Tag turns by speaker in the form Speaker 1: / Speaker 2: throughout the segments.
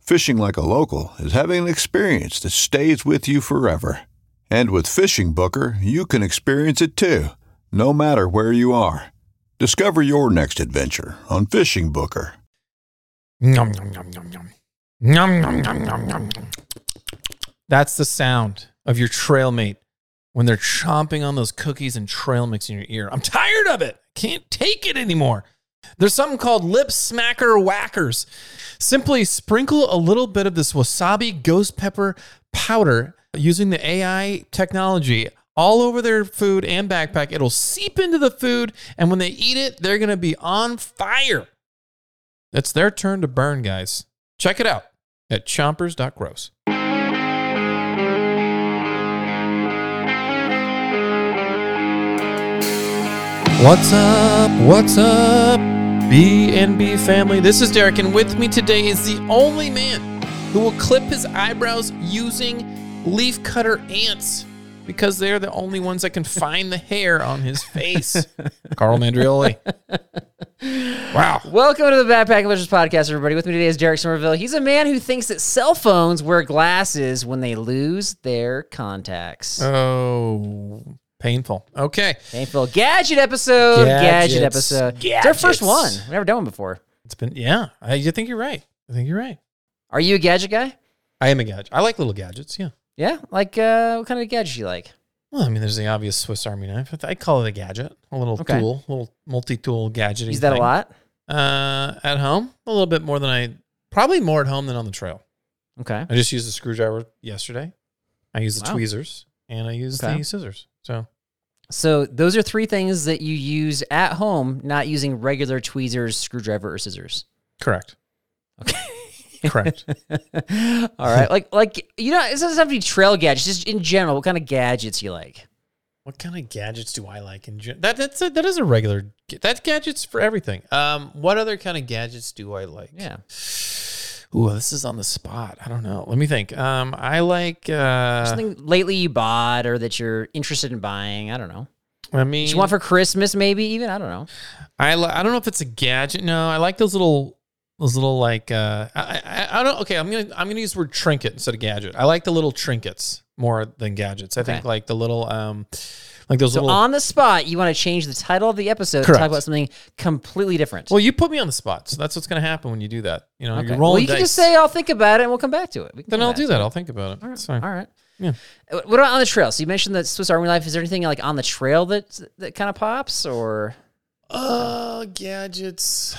Speaker 1: Fishing like a local is having an experience that stays with you forever. And with Fishing Booker, you can experience it too, no matter where you are. Discover your next adventure on Fishing Booker.
Speaker 2: Nom, nom, nom, nom, nom. Nom, nom, nom, nom, nom. nom. That's the sound of your trail mate when they're chomping on those cookies and trail mix in your ear. I'm tired of it. Can't take it anymore. There's something called lip smacker whackers. Simply sprinkle a little bit of this wasabi ghost pepper powder using the AI technology all over their food and backpack. It'll seep into the food, and when they eat it, they're going to be on fire. It's their turn to burn, guys. Check it out at chompers.gross. What's up? What's up? B&B family. This is Derek and with me today is the only man who will clip his eyebrows using leaf cutter ants because they're the only ones that can find the hair on his face. Carl Mandrioli. Wow.
Speaker 3: Welcome to the Backpack Adventures Podcast, everybody. With me today is Derek Somerville. He's a man who thinks that cell phones wear glasses when they lose their contacts.
Speaker 2: Uh. Oh, painful. Okay.
Speaker 3: Painful gadget episode. Gadget
Speaker 2: Gadgets.
Speaker 3: episode. It's our first
Speaker 2: Gadgets.
Speaker 3: one. We've never done one before.
Speaker 2: It's been yeah. I you think you're right. I think you're right.
Speaker 3: Are you a gadget guy?
Speaker 2: I am a gadget. I like little gadgets. Yeah.
Speaker 3: Yeah. Like, uh, what kind of gadget you like?
Speaker 2: Well, I mean, there's the obvious Swiss Army knife. but I call it a gadget, a little
Speaker 3: Okay.
Speaker 2: tool, little multi-tool gadget.
Speaker 3: Use that a lot?
Speaker 2: Uh, at home, a little bit more than I probably more at home than on the trail.
Speaker 3: Okay.
Speaker 2: I just used the screwdriver yesterday. I used the
Speaker 3: Wow.
Speaker 2: tweezers and I used
Speaker 3: Okay.
Speaker 2: the scissors. So
Speaker 3: So those are three things that you use at home, not using regular tweezers, screwdriver, or scissors.
Speaker 2: correct,
Speaker 3: Okay.
Speaker 2: correct.
Speaker 3: All right. Like, like you know, it doesn't have to be trail gadgets. Just in general, what kind of gadgets you like?
Speaker 2: what kind of gadgets do I like in gen- that? That's a, that is a regular. ga- That's gadgets for everything. Um, what other kind of gadgets do I like?
Speaker 3: Yeah.
Speaker 2: Ooh, this is on the spot. I don't know. Let me think. Um, I like. Uh,
Speaker 3: Something lately you bought or that you're interested in buying. I don't know.
Speaker 2: I mean,
Speaker 3: What you want for Christmas, maybe even. I don't know.
Speaker 2: I li- I don't know if it's a gadget. No, I like those little those little like uh I, I I don't okay, I'm going to I'm going to use the word trinket instead of gadget. I like the little trinkets more than gadgets. I think
Speaker 3: Okay.
Speaker 2: like the little um like those
Speaker 3: So
Speaker 2: little
Speaker 3: on the spot, you want to change the title of the episode to
Speaker 2: Correct.
Speaker 3: talk about something completely different.
Speaker 2: Well, you put me on the spot. So that's what's going to happen when you do that. You know,
Speaker 3: Okay.
Speaker 2: you're
Speaker 3: Well,
Speaker 2: rolling
Speaker 3: you can
Speaker 2: dice.
Speaker 3: just say I'll think about it and we'll come back to it. We can
Speaker 2: then
Speaker 3: come
Speaker 2: I'll
Speaker 3: back
Speaker 2: do
Speaker 3: to
Speaker 2: that.
Speaker 3: it.
Speaker 2: I'll think about it.
Speaker 3: All right.
Speaker 2: It's fine.
Speaker 3: All right.
Speaker 2: Yeah.
Speaker 3: Uh, What about on the trail? So you mentioned that Swiss Army knife. Is there anything like on the trail that that kind of pops, or
Speaker 2: Uh gadgets.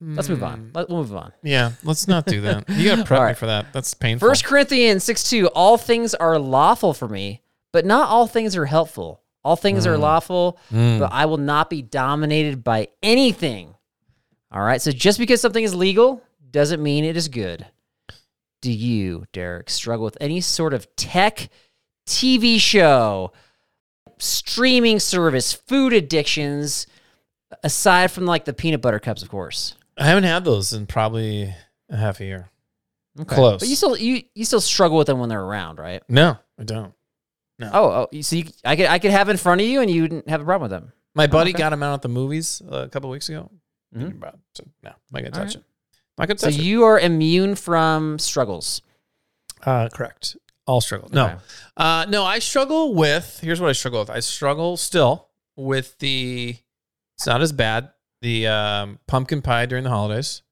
Speaker 3: let's move
Speaker 2: Hmm.
Speaker 3: on. Let, we'll move on.
Speaker 2: Yeah, let's not do that. You got to prep
Speaker 3: All
Speaker 2: me
Speaker 3: right.
Speaker 2: for that. That's painful.
Speaker 3: First Corinthians six two. All things are lawful for me, but not all things are helpful. All things are lawful,
Speaker 2: Mm.
Speaker 3: but I will not be dominated by anything. All right. So just because something is legal doesn't mean it is good. Do you, Derek, struggle with any sort of tech, TV show, streaming service, food addictions, aside from like the peanut butter cups, of course?
Speaker 2: I haven't had those in probably a half a year. Close.
Speaker 3: But you still you you still struggle with them when they're around, right?
Speaker 2: No, I don't.
Speaker 3: Oh, oh, so you, I could I could have it in front of you and you wouldn't have a problem with them.
Speaker 2: My buddy
Speaker 3: Oh, okay.
Speaker 2: got him out at the movies uh, a couple weeks ago.
Speaker 3: Mhm.
Speaker 2: Thinking about it. So, no, I'm not gonna
Speaker 3: All
Speaker 2: touch it. I'm not gonna
Speaker 3: So
Speaker 2: touch
Speaker 3: you are immune from struggles.
Speaker 2: it. Uh, correct. All struggle. No,
Speaker 3: Okay.
Speaker 2: uh, no. I struggle with. Here's what I struggle with. I struggle still with the. It's not as bad. The um, pumpkin pie during the holidays.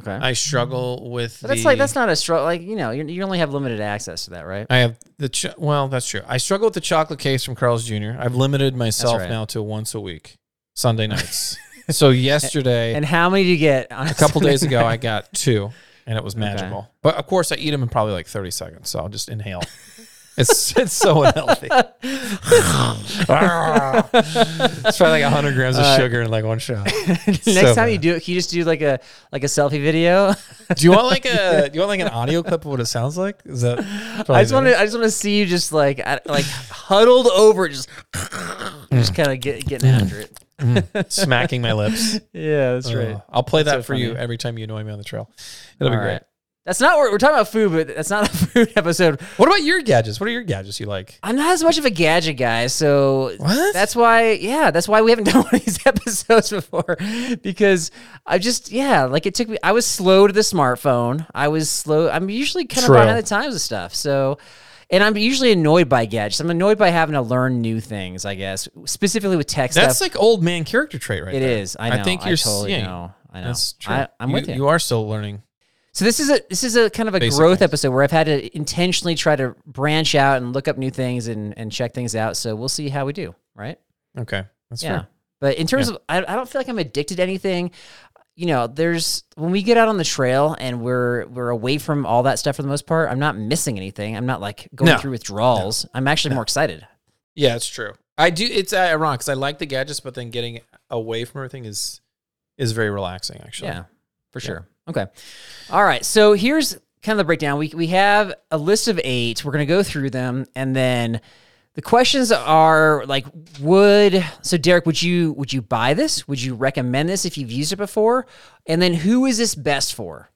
Speaker 3: Okay.
Speaker 2: I struggle with.
Speaker 3: But that's
Speaker 2: the-
Speaker 3: like that's not a struggle. Like you know, you you only have limited access to that, right?
Speaker 2: I have the cho- well, that's true. I struggle with the chocolate cakes from Carl's Jr. I've limited myself
Speaker 3: right.
Speaker 2: now to once a week, Sunday nights. so yesterday,
Speaker 3: And how many do you get? On
Speaker 2: a couple days ago, I got two, and it was magical. But of course, I eat them in probably like thirty seconds, so I'll just inhale. It's it's so unhealthy. it's probably like hundred grams of
Speaker 3: Uh,
Speaker 2: sugar in like one shot.
Speaker 3: Next
Speaker 2: So
Speaker 3: time you
Speaker 2: bad.
Speaker 3: do it, can you just do like a like a selfie video?
Speaker 2: Do you want like a do you want like an audio clip of what it sounds like? Is that
Speaker 3: I just want to I just want to see you just like at- like huddled over, just
Speaker 2: Hmm.
Speaker 3: just kind of get, getting after it.
Speaker 2: smacking my lips.
Speaker 3: Yeah, that's
Speaker 2: Uh, I'll play that
Speaker 3: so
Speaker 2: for you
Speaker 3: funny.
Speaker 2: every time you annoy me on the trail. It'll be
Speaker 3: All
Speaker 2: great.
Speaker 3: right. That's not what we're talking about food, but that's not a food episode.
Speaker 2: What about your gadgets? What are your gadgets you like?
Speaker 3: I'm not as much of a gadget guy, so
Speaker 2: What?
Speaker 3: that's why, yeah, that's why we haven't done one of these episodes before because I just, yeah, like it took me. I was slow to the smartphone. I was slow. I'm usually kind
Speaker 2: True.
Speaker 3: of behind the times with stuff. So, and I'm usually annoyed by gadgets. I'm annoyed by having to learn new things. I guess specifically with tech
Speaker 2: That's
Speaker 3: stuff.
Speaker 2: like old man character trait, right?
Speaker 3: It is.
Speaker 2: there.
Speaker 3: I know. I
Speaker 2: think you're
Speaker 3: totally
Speaker 2: yeah,
Speaker 3: know. I know.
Speaker 2: That's true.
Speaker 3: I, am with you.
Speaker 2: You are still learning.
Speaker 3: So this is a this is a kind of a
Speaker 2: Basic
Speaker 3: growth
Speaker 2: things.
Speaker 3: episode where I've had to intentionally try to branch out and look up new things and and check things out. So we'll see how we do, right?
Speaker 2: Okay, that's
Speaker 3: yeah.
Speaker 2: fair.
Speaker 3: But in terms
Speaker 2: Yeah.
Speaker 3: of I, I don't feel like I'm addicted to anything. You know, there's when we get out on the trail and we're we're away from all that stuff for the most part, I'm not missing anything. I'm not like going
Speaker 2: No.
Speaker 3: through withdrawals. I'm actually more excited.
Speaker 2: Yeah, it's true. I do. It's uh, ironic because I like the gadgets, but then getting away from everything is is very relaxing. Actually,
Speaker 3: Yeah, for sure. Okay. All right. So here's kind of the breakdown. We, we have a list of eight. We're going to go through them. And then the questions are like, would, so Derek, would you, would you buy this? Would you recommend this if you've used it before? And then who is this best for?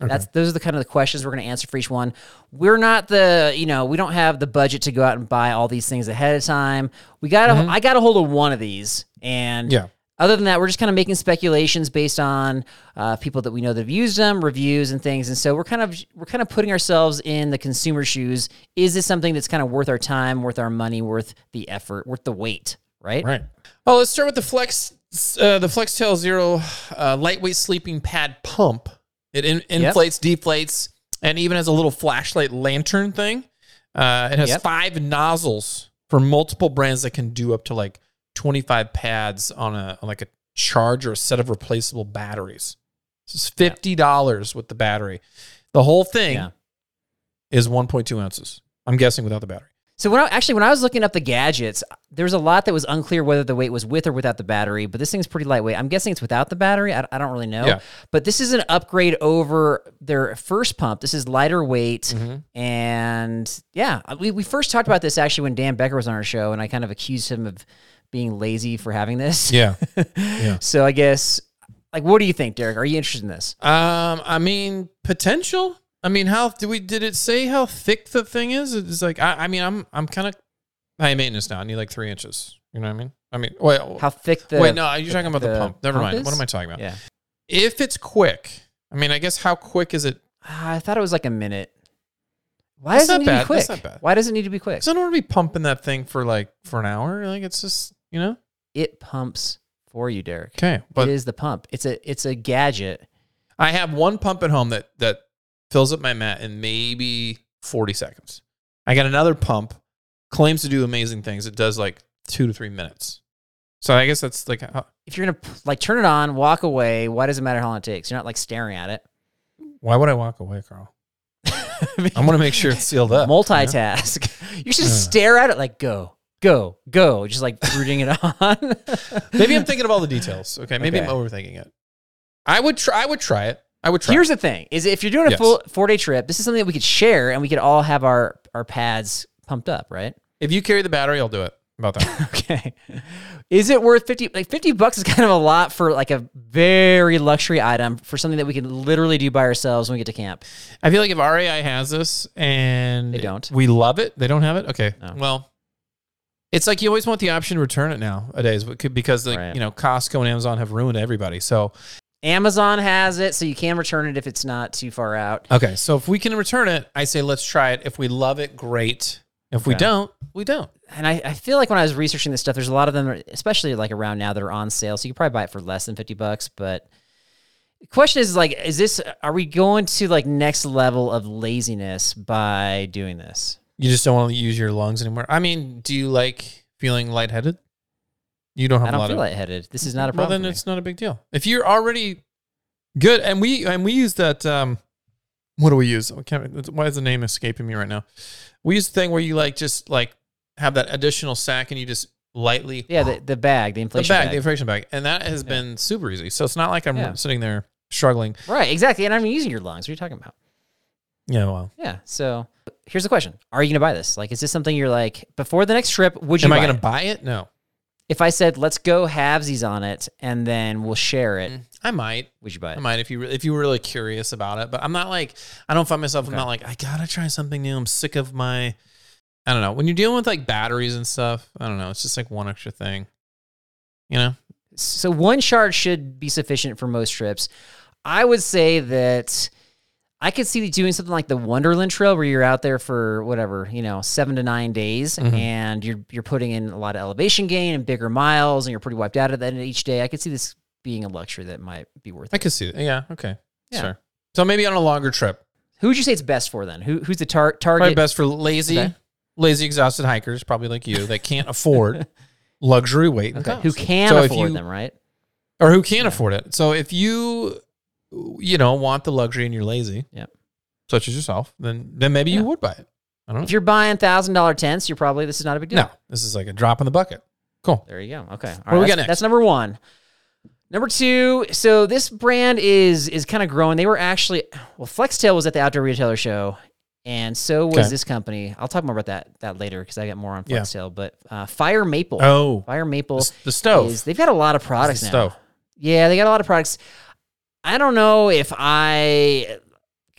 Speaker 3: That's those are the kind of the questions we're going to answer for each one. We're not the you know we don't have the budget to go out and buy all these things ahead of time. We got to I got a hold of one of these, and
Speaker 2: Yeah.
Speaker 3: Other than that, we're just kind of making speculations based on uh, people that we know that have used them, reviews, and things. And so we're kind of we're kind of putting ourselves in the consumer shoes. Is this something that's kind of worth our time, worth our money, worth the effort, worth the wait? Right.
Speaker 2: Right. Oh, let's start with the Flex, uh, the FlexTail Zero uh, lightweight sleeping pad pump. It in, inflates, deflates, and even has a little flashlight lantern thing. Uh, it has
Speaker 3: Yep.
Speaker 2: five nozzles for multiple brands that can do up to like 25 pads on a on like a charge or a set of replaceable batteries. This is fifty dollars with the battery. The whole thing
Speaker 3: Yeah.
Speaker 2: is 1.2 ounces. I'm guessing without the battery.
Speaker 3: So when I actually when I was looking up the gadgets, there was a lot that was unclear whether the weight was with or without the battery. But this thing's pretty lightweight. I'm guessing it's without the battery. I, I don't really know.
Speaker 2: Yeah.
Speaker 3: But this is an upgrade over their first pump. This is lighter weight,
Speaker 2: Mhm.
Speaker 3: and yeah, we we first talked about this actually when Dan Becker was on our show, and I kind of accused him of being lazy for having this.
Speaker 2: Yeah.
Speaker 3: So I guess, like, what do you think, Derek? Are you interested in this?
Speaker 2: Um, I mean, potential. I mean, how do we did it say how thick the thing is? It's like I, I mean, I'm I'm kind of high maintenance now. I need like three inches. You know what I mean? I mean, well,
Speaker 3: How thick the
Speaker 2: wait, no, you're talking about the, pump. Never mind.
Speaker 3: is?
Speaker 2: What am I talking about?
Speaker 3: Yeah,
Speaker 2: If it's quick, I mean, I guess how quick is it?
Speaker 3: Ah, I thought it was like a minute. Why
Speaker 2: That's
Speaker 3: does it
Speaker 2: not
Speaker 3: need to
Speaker 2: bad.
Speaker 3: be quick?
Speaker 2: That's not bad.
Speaker 3: Why does it need to be quick?
Speaker 2: 'Cause I don't want to be pumping that thing for like for an hour. Like it's just you know.
Speaker 3: it pumps for you, Derek.
Speaker 2: Okay, but
Speaker 3: it is the pump. It's a it's a gadget.
Speaker 2: I have one pump at home that that fills up my mat in maybe 40 seconds. I got another pump, claims to do amazing things. It does like two to three minutes. So I guess that's like how-
Speaker 3: If you're gonna p- like turn it on, walk away. Why does it matter how long it takes? You're not like staring at it.
Speaker 2: why would I walk away, Carl?
Speaker 3: I mean,
Speaker 2: I want to make sure it's sealed up.
Speaker 3: multitask. You should
Speaker 2: Uh.
Speaker 3: just stare at it like go, go, go, just like brooding it on.
Speaker 2: Maybe I'm thinking of all the details. Okay, maybe
Speaker 3: Okay.
Speaker 2: I'm overthinking it. I would try. I would try it. I would try.
Speaker 3: Here's the thing: is if you're doing a
Speaker 2: Yes.
Speaker 3: full four day trip, this is something that we could share, and we could all have our our pads pumped up, right?
Speaker 2: if you carry the battery, I'll do it. How About that.
Speaker 3: Okay. Is it worth 50 like 50 bucks is kind of a lot for like a very luxury item for something that we can literally do by ourselves when we get to camp.
Speaker 2: I feel like if RAI has this and
Speaker 3: They don't.
Speaker 2: we love it, they don't have it. Okay, well, It's like you always want the option to return it nowadays but could- because like,
Speaker 3: Right.
Speaker 2: you know Costco and Amazon have ruined everybody. So
Speaker 3: Amazon has it, so you can return it if it's not too far out.
Speaker 2: okay, so if we can return it, I say let's try it. If we love it, great. If we
Speaker 3: Okay.
Speaker 2: don't, we don't.
Speaker 3: And I, I feel like when I was researching this stuff, there's a lot of them, especially like around now, that are on sale. So you can probably buy it for less than 50 bucks. But the question is like, is this, are we going to like next level of laziness by doing this?
Speaker 2: You just don't want to use your lungs anymore. I mean, do you like feeling lightheaded? You don't have
Speaker 3: I
Speaker 2: a
Speaker 3: don't
Speaker 2: lot
Speaker 3: feel
Speaker 2: of
Speaker 3: lightheaded. This is not a
Speaker 2: Well,
Speaker 3: problem.
Speaker 2: then
Speaker 3: for me.
Speaker 2: it's not a big deal. If you're already good, and we and we use that. Um, what do we use? I can't, why is the name escaping me right now? We use the thing where you like just like have that additional sack and you just lightly
Speaker 3: yeah, the, the bag, the
Speaker 2: the bag,
Speaker 3: inflation bag.
Speaker 2: the inflation bag, and that has
Speaker 3: Yeah.
Speaker 2: been super easy. So it's not like I'm
Speaker 3: Yeah.
Speaker 2: sitting there struggling.
Speaker 3: right, exactly. And I'm using your lungs. What are you talking about?
Speaker 2: Yeah, well,
Speaker 3: Yeah. So here's the question Are you going to buy this? Like, is this something you're like, before the next trip, would you
Speaker 2: am
Speaker 3: buy
Speaker 2: I going
Speaker 3: it?
Speaker 2: to buy it? No,
Speaker 3: if I said let's go halvesies on it and then we'll share it,
Speaker 2: I might.
Speaker 3: would you buy
Speaker 2: Mm-hmm. I
Speaker 3: it?
Speaker 2: might if you re- if you were really curious about it, but I'm not like I don't find myself. I'm not like I gotta try something new. I'm sick of my. I don't know. When you're dealing with like batteries and stuff, I don't know. It's just like one extra thing. You know,
Speaker 3: So one shard should be sufficient for most trips. I would say that I could see doing something like the Wonderland Trail where you're out there for whatever, you know, 7 to 9 days
Speaker 2: Mhm.
Speaker 3: and you're you're putting in a lot of elevation gain and bigger miles and you're pretty wiped out at the end of each day. I could see this being a luxury that might be worth
Speaker 2: I
Speaker 3: it.
Speaker 2: could see that. Yeah. Okay.
Speaker 3: Yeah.
Speaker 2: Sure. So maybe on a longer trip,
Speaker 3: Who would you say it's best for then? Who who's the tar-
Speaker 2: probably
Speaker 3: target?
Speaker 2: best for lazy,
Speaker 3: Okay.
Speaker 2: lazy, exhausted hikers, probably like you that can't afford luxury weight. And
Speaker 3: Okay.
Speaker 2: cost.
Speaker 3: Who can
Speaker 2: So if
Speaker 3: afford
Speaker 2: you-
Speaker 3: them, right?
Speaker 2: or who can't afford it. So if you, you know, want the luxury and you're lazy,
Speaker 3: Yep.
Speaker 2: such as yourself, then then maybe
Speaker 3: Yeah.
Speaker 2: you would buy it. I don't know.
Speaker 3: If you're buying $1000 tents, you're probably this is not a big deal.
Speaker 2: No, this is like a drop in the bucket. Cool.
Speaker 3: There you go. Okay. All right.
Speaker 2: do we
Speaker 3: that's,
Speaker 2: got next?
Speaker 3: that's number one. Number two. So this brand is is kind of growing. They were actually well, Flextail was at the outdoor retailer show, and so was
Speaker 2: Okay.
Speaker 3: this company. I'll talk more about that that later because I got more on
Speaker 2: Yeah.
Speaker 3: Flextail. But uh, Fire Maple.
Speaker 2: Oh,
Speaker 3: Fire Maple
Speaker 2: the, the stove.
Speaker 3: is they've got a lot of
Speaker 2: It's
Speaker 3: products
Speaker 2: the
Speaker 3: now.
Speaker 2: stove.
Speaker 3: Yeah, they got a lot of products. I don't know if I.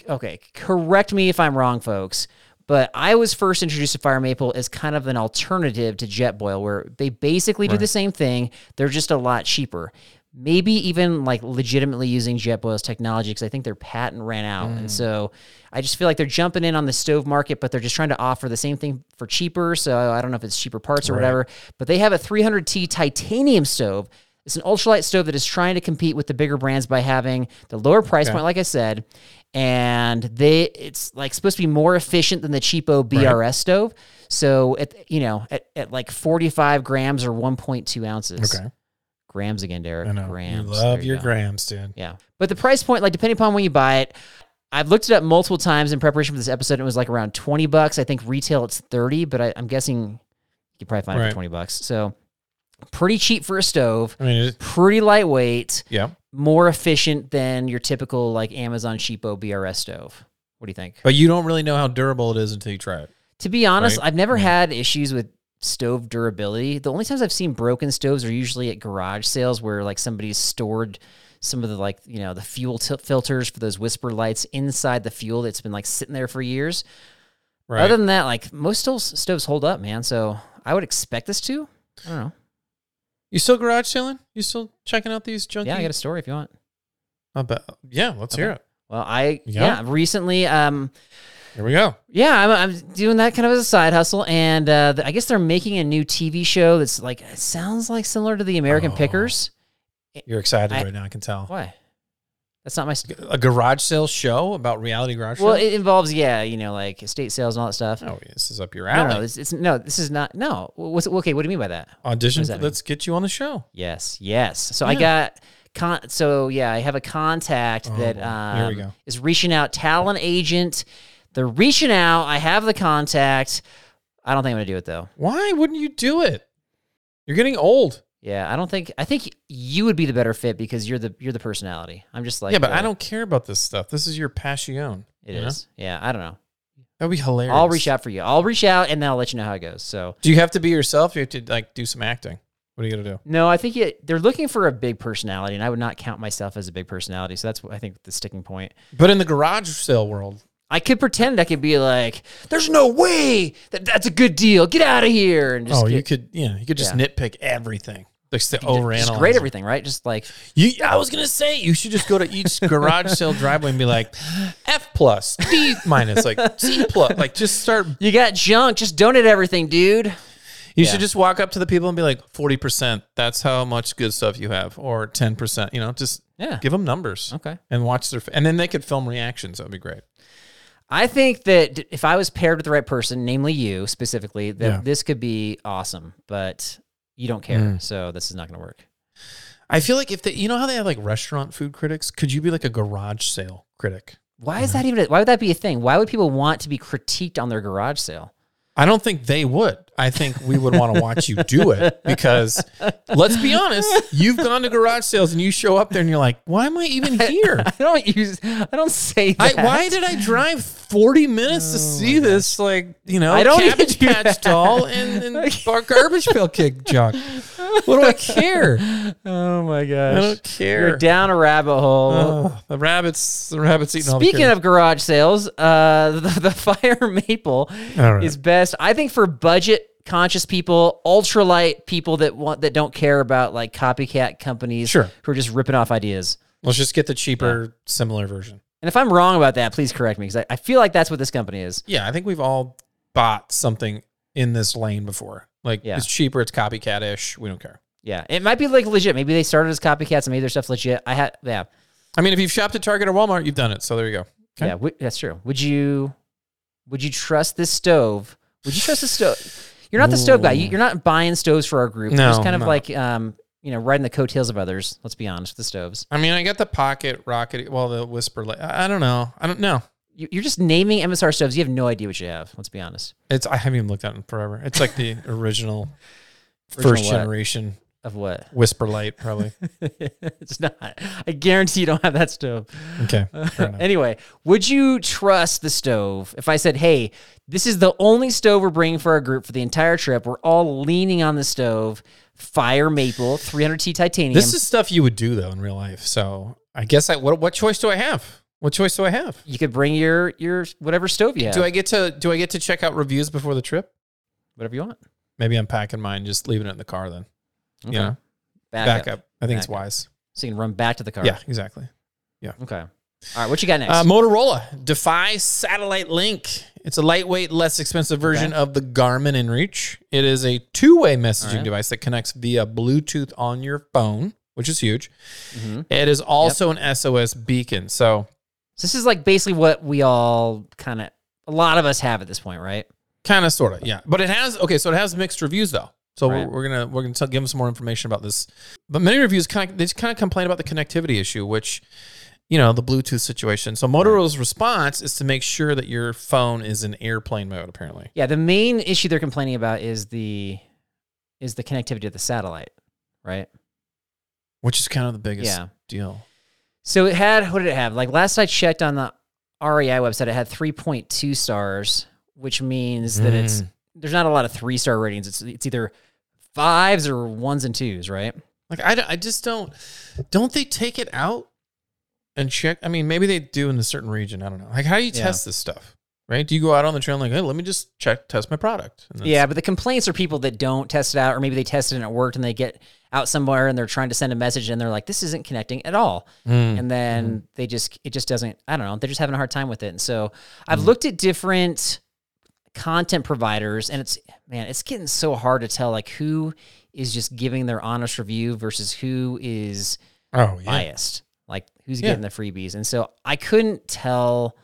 Speaker 3: Okay, correct me if I'm wrong, folks. But I was first introduced to Fire Maple as kind of an alternative to Jetboil, where they basically do the
Speaker 2: Right.
Speaker 3: same thing. They're just a lot cheaper. Maybe even like legitimately using Jetboil's technology because I think their patent ran out.
Speaker 2: Mm.
Speaker 3: And so I just feel like they're jumping in on the stove market, but they're just trying to offer the same thing for cheaper. So I don't know if it's cheaper parts or
Speaker 2: Right.
Speaker 3: whatever, but they have a 300T titanium stove. It's an ultralight stove that is trying to compete with the bigger brands by having the lower price
Speaker 2: Okay.
Speaker 3: point, like I said, and they it's like supposed to be more efficient than the cheapo BRS stove. So at you know at, at like 45 grams or 1.2 ounces.
Speaker 2: Okay.
Speaker 3: Grams again, Derek.
Speaker 2: I know.
Speaker 3: Grams.
Speaker 2: you
Speaker 3: There
Speaker 2: love your
Speaker 3: go.
Speaker 2: grams, dude.
Speaker 3: Yeah. But the price point, like depending upon when you buy it, I've looked it up multiple times in preparation for this episode. It was like around 20 bucks. I think retail it's 30, but I, I'm guessing you could probably find it
Speaker 2: Right.
Speaker 3: for 20 bucks. So pretty cheap for a stove,
Speaker 2: I mean, it,
Speaker 3: pretty lightweight,
Speaker 2: yeah.
Speaker 3: more efficient than your typical like Amazon cheapo BRS stove. What do you think?
Speaker 2: But you don't really know how durable it is until you try it.
Speaker 3: To be honest,
Speaker 2: Right.
Speaker 3: I've never
Speaker 2: Yeah.
Speaker 3: had issues with stove durability. The only times I've seen broken stoves are usually at garage sales where like somebody's stored some of the like you know the fuel til filters for those whisper lights inside the fuel that's been like sitting there for years.
Speaker 2: Right.
Speaker 3: Other than that, like most stoves stoves hold up, man. So I would expect this to. I don't know.
Speaker 2: you still garage selling? You still checking out these junky?
Speaker 3: Yeah, I got a story if you want.
Speaker 2: I bet- Yeah, let's hear
Speaker 3: Okay.
Speaker 2: it.
Speaker 3: Well, I
Speaker 2: Yeah.
Speaker 3: yeah recently um
Speaker 2: Here we go.
Speaker 3: Yeah, I'm, I'm doing that kind of as a side hustle, and uh, th- I guess they're making a new TV show that's like it sounds like similar to the American
Speaker 2: Oh.
Speaker 3: Pickers.
Speaker 2: You're excited
Speaker 3: I-
Speaker 2: right now. I can tell.
Speaker 3: Why? That's not my. St-
Speaker 2: A garage sale show about reality garage.
Speaker 3: well,
Speaker 2: sales?
Speaker 3: it involves yeah, you know, like estate sales and all that stuff.
Speaker 2: oh, this is up your
Speaker 3: no,
Speaker 2: alley.
Speaker 3: no, it's, it's no. This is not no. What's okay? What do you mean by that?
Speaker 2: Audition.
Speaker 3: What does that
Speaker 2: for-
Speaker 3: mean?
Speaker 2: Let's get you on the show.
Speaker 3: Yes, yes. So I
Speaker 2: Yeah.
Speaker 3: got con. So yeah, I have a contact
Speaker 2: Oh,
Speaker 3: that
Speaker 2: boy. Here we
Speaker 3: um,
Speaker 2: go.
Speaker 3: is reaching out, talent agent. They're reaching out. I have the contact. I don't think I'm gonna do it though.
Speaker 2: Why wouldn't you do it? You're getting old.
Speaker 3: Yeah, I don't think I think you would be the better fit because you're the you're the personality. I'm just like
Speaker 2: yeah, but
Speaker 3: uh,
Speaker 2: I don't care about this stuff. This is your passion.
Speaker 3: It
Speaker 2: you know?
Speaker 3: is. Yeah, I don't know.
Speaker 2: That'd be hilarious.
Speaker 3: I'll reach out for you. I'll reach out and then I'll let you know how it goes. So
Speaker 2: Do you have to be yourself? You have to like do some acting. What are you gonna do?
Speaker 3: no, I think it, they're looking for a big personality, and I would not count myself as a big personality. So that's what I think the sticking point.
Speaker 2: But in the garage sale world,
Speaker 3: I could pretend I could be like, "There's no way that that's a good deal. Get out of here!" And just
Speaker 2: oh,
Speaker 3: get,
Speaker 2: you could, yeah, you could just nitpick everything. Just to
Speaker 3: just
Speaker 2: overanalyze.
Speaker 3: grade
Speaker 2: it.
Speaker 3: everything, right? Just like
Speaker 2: You, I was gonna say you should just go to each garage sale driveway and be like, F plus, D minus, like C plus, like just start.
Speaker 3: you got junk, just donate everything, dude.
Speaker 2: You
Speaker 3: Yeah.
Speaker 2: should just walk up to the people and be like, forty percent. That's how much good stuff you have, or ten percent. You know, just
Speaker 3: Yeah.
Speaker 2: give them numbers.
Speaker 3: Okay.
Speaker 2: and watch their, and then they could film reactions. That'd be great.
Speaker 3: I think that d- if I was paired with the right person, namely you specifically, that
Speaker 2: Yeah.
Speaker 3: this could be awesome. But you don't care,
Speaker 2: Mm.
Speaker 3: so this is not going to work.
Speaker 2: I feel like if they, you know how they have like restaurant food critics, could you be like a garage sale critic?
Speaker 3: Why
Speaker 2: Mm-hmm.
Speaker 3: is that even? A, why would that be a thing? Why would people want to be critiqued on their garage sale?
Speaker 2: I don't think they would. I think we would want to watch you do it because let's be honest, you've gone to garage sales and you show up there and you're like, why am I even here?
Speaker 3: I don't use. I don't say
Speaker 2: I,
Speaker 3: that. Oh
Speaker 2: why did I drive 40 minutes to see this, like, you know,
Speaker 3: I don't even
Speaker 2: cabbage
Speaker 3: do
Speaker 2: patch
Speaker 3: that.
Speaker 2: doll and, and bar- garbage pail kick junk? What do I care?
Speaker 3: Oh my
Speaker 2: I
Speaker 3: gosh!
Speaker 2: don't care.
Speaker 3: You're down a rabbit hole.
Speaker 2: Oh, the rabbits, the rabbits eating all the
Speaker 3: Speaking
Speaker 2: carrots.
Speaker 3: of garage sales, uh, the, the fire maple
Speaker 2: All right.
Speaker 3: is best. I think for budget conscious people, ultralight people that want that don't care about like copycat companies
Speaker 2: Sure.
Speaker 3: who are just ripping off ideas.
Speaker 2: let's just get the cheaper, similar version.
Speaker 3: And if I'm wrong about that, please correct me because I, I feel like that's what this company is.
Speaker 2: Yeah, I think we've all bought something in this lane before. Like
Speaker 3: Yeah.
Speaker 2: it's cheaper, it's copycat ish. We don't care.
Speaker 3: Yeah, it might be like legit. Maybe they started as copycats and made their stuff legit. I had yeah,
Speaker 2: I mean, if you've shopped at Target or Walmart, you've done it. So there you go. Okay.
Speaker 3: yeah, w- that's true. Would you would you trust this stove? Would you trust the stove? You're not the stove guy. You,
Speaker 2: Ooh.
Speaker 3: you're not buying stoves for our group.
Speaker 2: No,
Speaker 3: You're just kind of
Speaker 2: no.
Speaker 3: like um, you know, riding the coattails of others. Let's be honest, with the stoves.
Speaker 2: I mean, I got the pocket rocket. Well, the whisper. Light. I I don't know. I don't know.
Speaker 3: You, you're just naming MSR stoves. You have no idea what you have. Let's be honest.
Speaker 2: It's I haven't even looked at it in forever. It's like the original, first
Speaker 3: Original what?
Speaker 2: generation
Speaker 3: Of what?
Speaker 2: whisper light, probably.
Speaker 3: it's not. I guarantee you don't have that stove.
Speaker 2: okay. fair enough.
Speaker 3: anyway, would you trust the stove if I said, hey, this is the only stove we're bringing for our group for the entire trip? We're all leaning on the stove, fire maple, 300T titanium.
Speaker 2: This is stuff you would do though in real life. So I guess I what what choice do I have? What choice do I have?
Speaker 3: you could bring your your whatever stove you have,
Speaker 2: Do I get to do I get to check out reviews before the trip?
Speaker 3: whatever you want.
Speaker 2: Maybe I'm packing mine, just leaving it in the car then.
Speaker 3: Okay.
Speaker 2: You know,
Speaker 3: back,
Speaker 2: back,
Speaker 3: up.
Speaker 2: up. I think it's
Speaker 3: Back up.
Speaker 2: wise.
Speaker 3: so you can run back to the car.
Speaker 2: Yeah, exactly.
Speaker 3: Okay. All right. What you got next?
Speaker 2: Uh, Motorola Defy Satellite Link. It's a lightweight, less expensive version of the Garmin InReach. It is a two-way messaging
Speaker 3: Alright.
Speaker 2: device that connects via Bluetooth on your phone, which is huge.
Speaker 3: Mhm.
Speaker 2: It is also an SOS beacon. So
Speaker 3: So this is like basically what we all kind of a lot of us have at this point, right?
Speaker 2: kind of, sort of, yeah. But it has okay. So it has mixed reviews though. So
Speaker 3: Right.
Speaker 2: we're, we're gonna we're gonna tell, give them some more information about this. But many reviews kind of they just kind of complain about the connectivity issue, which you know the Bluetooth situation. So Motorola's response is to make sure that your phone is in airplane mode. Apparently.
Speaker 3: Yeah. The main issue they're complaining about is the is the connectivity of the satellite, right?
Speaker 2: which is kind of the biggest
Speaker 3: Yeah.
Speaker 2: deal.
Speaker 3: So it had what did it have? Like last I checked on the REI website, it had 3.2 stars, which means that
Speaker 2: Mm.
Speaker 3: it's there's not a lot of three star ratings. It's it's either fives or ones and twos, right?
Speaker 2: Like I, don't- I just don't don't they take it out and check? I mean, maybe they do in a certain region. I don't know. Like how do you
Speaker 3: Yeah.
Speaker 2: test this stuff? Right? Do you go out on the trail and like, hey, let me just check test my product? And that's-
Speaker 3: Yeah, but the complaints are people that don't test it out, or maybe they tested and it worked, and they get out somewhere and they're trying to send a message, and they're like, "This isn't connecting at all,"
Speaker 2: Mm.
Speaker 3: and then they just it just doesn't. I don't know. They're just having a hard time with it, and so I've looked at different content providers, and it's man, it's getting so hard to tell like who is just giving their honest review versus who is
Speaker 2: oh yeah.
Speaker 3: biased. Like who's
Speaker 2: Yeah.
Speaker 3: getting the freebies? And so I couldn't tell.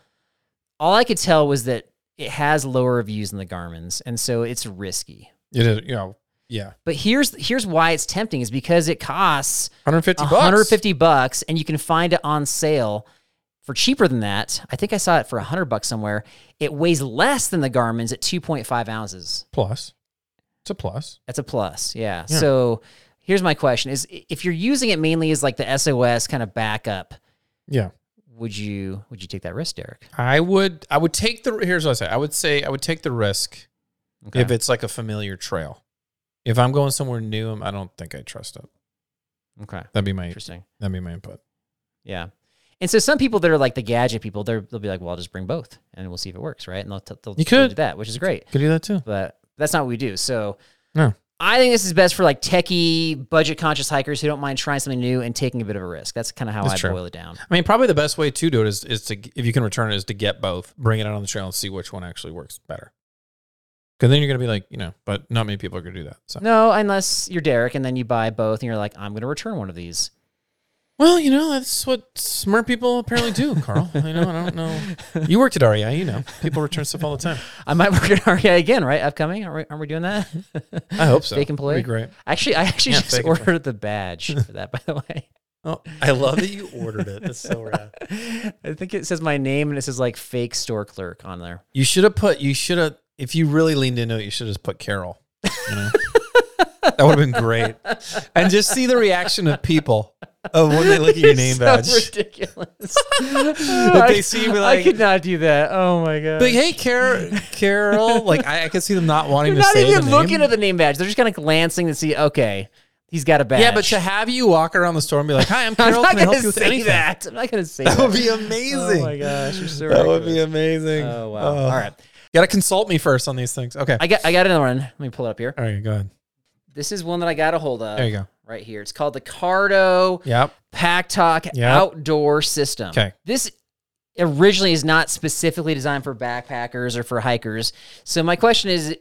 Speaker 3: All I could tell was that it has lower reviews than the Garmin's, and so it's risky.
Speaker 2: It is, you know, yeah.
Speaker 3: But here's here's why it's tempting is because it costs
Speaker 2: 150 bucks.
Speaker 3: 150 bucks and you can find it on sale for cheaper than that. I think I saw it for 100 bucks somewhere. It weighs less than the Garmin's at 2.5 ounces.
Speaker 2: plus. It's a plus.
Speaker 3: That's a plus. Yeah.
Speaker 2: Yeah.
Speaker 3: So here's my question is if you're using it mainly as like the SOS kind of backup,
Speaker 2: Yeah.
Speaker 3: would you would you take that risk, Derek?
Speaker 2: I would I would take the here's what I say. I would say I would take the risk
Speaker 3: Okay.
Speaker 2: if it's like a familiar trail. If I'm going somewhere new, I don't think I trust it.
Speaker 3: okay.
Speaker 2: That'd be my
Speaker 3: Interesting.
Speaker 2: that'd be my input.
Speaker 3: Yeah. And so some people that are like the gadget people, they're, they'll be like, well, I'll just bring both and we'll see if it works, right? And they'll, t- they'll,
Speaker 2: You
Speaker 3: they'll do
Speaker 2: could.
Speaker 3: that, which is great.
Speaker 2: Could do that too.
Speaker 3: But that's not what we do. So
Speaker 2: No.
Speaker 3: I think this is best for like techie, budget conscious hikers who don't mind trying something new and taking a bit of a risk. That's kind of how
Speaker 2: That's
Speaker 3: I
Speaker 2: true.
Speaker 3: boil it down.
Speaker 2: I mean, probably the best way to do it is, is to, if you can return it, is to get both, bring it out on the trail and see which one actually works better. Because then you're going to be like, you know, but not many people are going to do that. So,
Speaker 3: No, unless you're Derek and then you buy both and you're like, I'm going to return one of these.
Speaker 2: well, you know, that's what smart people apparently do, Carl. I know. I don't know. You worked at REI, you know. People return stuff all the time.
Speaker 3: I might work at REI again, right? Upcoming. Aren't we, aren't we doing that?
Speaker 2: I hope so.
Speaker 3: Fake and play?
Speaker 2: That'd be great.
Speaker 3: Actually, I actually
Speaker 2: Yeah,
Speaker 3: just
Speaker 2: fake it, fake it.
Speaker 3: ordered the badge for that, by the way.
Speaker 2: Oh, I love that you ordered it. That's so rad.
Speaker 3: I think it says my name and it says like fake store clerk on there.
Speaker 2: You should have put. You should have. If you really leaned into it, you should have just put Carol. You know? that would have been great. And just see the reaction of people of when they look at your name
Speaker 3: so
Speaker 2: badge.
Speaker 3: ridiculous.
Speaker 2: That they see you be
Speaker 3: I
Speaker 2: like,
Speaker 3: could not do that. Oh my god.
Speaker 2: like, hey, Carol, Carol. Like, I, I could see them not wanting
Speaker 3: They're
Speaker 2: to
Speaker 3: not
Speaker 2: say
Speaker 3: even
Speaker 2: the
Speaker 3: looking
Speaker 2: name.
Speaker 3: at the name badge. They're just kind of glancing to see. Okay, he's got a badge.
Speaker 2: Yeah, but to have you walk around the store and be like, "Hi, I'm
Speaker 3: I'm
Speaker 2: Carol.
Speaker 3: not
Speaker 2: Can I
Speaker 3: gonna
Speaker 2: help you with
Speaker 3: say
Speaker 2: anything?"
Speaker 3: that. I'm not gonna say
Speaker 2: That would
Speaker 3: that.
Speaker 2: be amazing.
Speaker 3: Oh my gosh, you're so
Speaker 2: that would be
Speaker 3: ridiculous.
Speaker 2: amazing.
Speaker 3: Oh wow. All right,
Speaker 2: Got to consult me first on these things. Okay.
Speaker 3: I got I got another one. Let me pull it up here.
Speaker 2: All right. Go ahead.
Speaker 3: This is one that I got a hold of.
Speaker 2: There you go.
Speaker 3: Right here. It's called the Cardo
Speaker 2: Yep.
Speaker 3: Pack Talk
Speaker 2: Yep.
Speaker 3: Outdoor System.
Speaker 2: Okay.
Speaker 3: This originally is not specifically designed for backpackers or for hikers. So my question is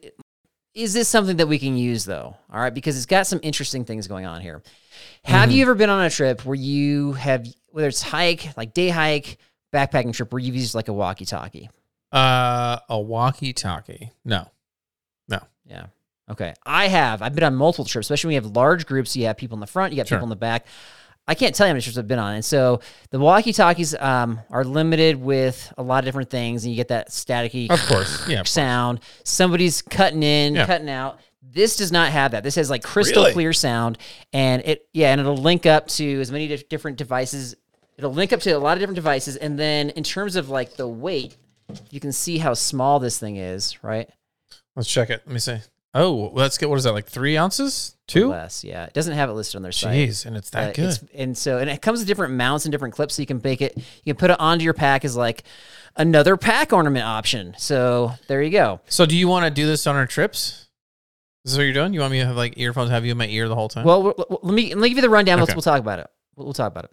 Speaker 3: is this something that we can use though? All right, because it's got some interesting things going on here.
Speaker 2: Mm-hmm.
Speaker 3: Have you ever been on a trip where you have whether it's hike, like day hike, backpacking trip where you've used like a walkie-talkie?
Speaker 2: Uh, a walkie-talkie. No.
Speaker 3: Yeah. Okay. I have. I've been on multiple trips, especially when you have large groups. You have people in the front, you got
Speaker 2: Sure.
Speaker 3: people in the back. I can't tell you how many trips I've been on. And so the walkie talkies um, are limited with a lot of different things, and you get that staticky
Speaker 2: Oh, Of course. Yeah.
Speaker 3: sound. Somebody's cutting in,
Speaker 2: Yeah.
Speaker 3: cutting out. This does not have that. This has like crystal
Speaker 2: Really?
Speaker 3: clear sound, and it yeah, and it'll link up to as many dif- different devices. It'll link up to a lot of different devices, and then in terms of like the weight, you can see how small this thing is, right?
Speaker 2: Let's check it. Let me see. Oh, let's get what is that? Like three ounces? Two?
Speaker 3: less. Yeah, it doesn't have it listed on their site.
Speaker 2: Jeez, and it's
Speaker 3: Uh,
Speaker 2: that good.
Speaker 3: it's- and so, and it comes with different mounts and different clips, so you can bake it. You can put it onto your pack as like another pack ornament option. So there you go.
Speaker 2: so, do you want to do this on our trips? Is this what you're doing? You want me to have like earphones, have you in my ear the whole time?
Speaker 3: Well, w- w- let me let me give you the rundown. Let's,
Speaker 2: Okay.
Speaker 3: we'll talk about it. We'll, we'll talk about it.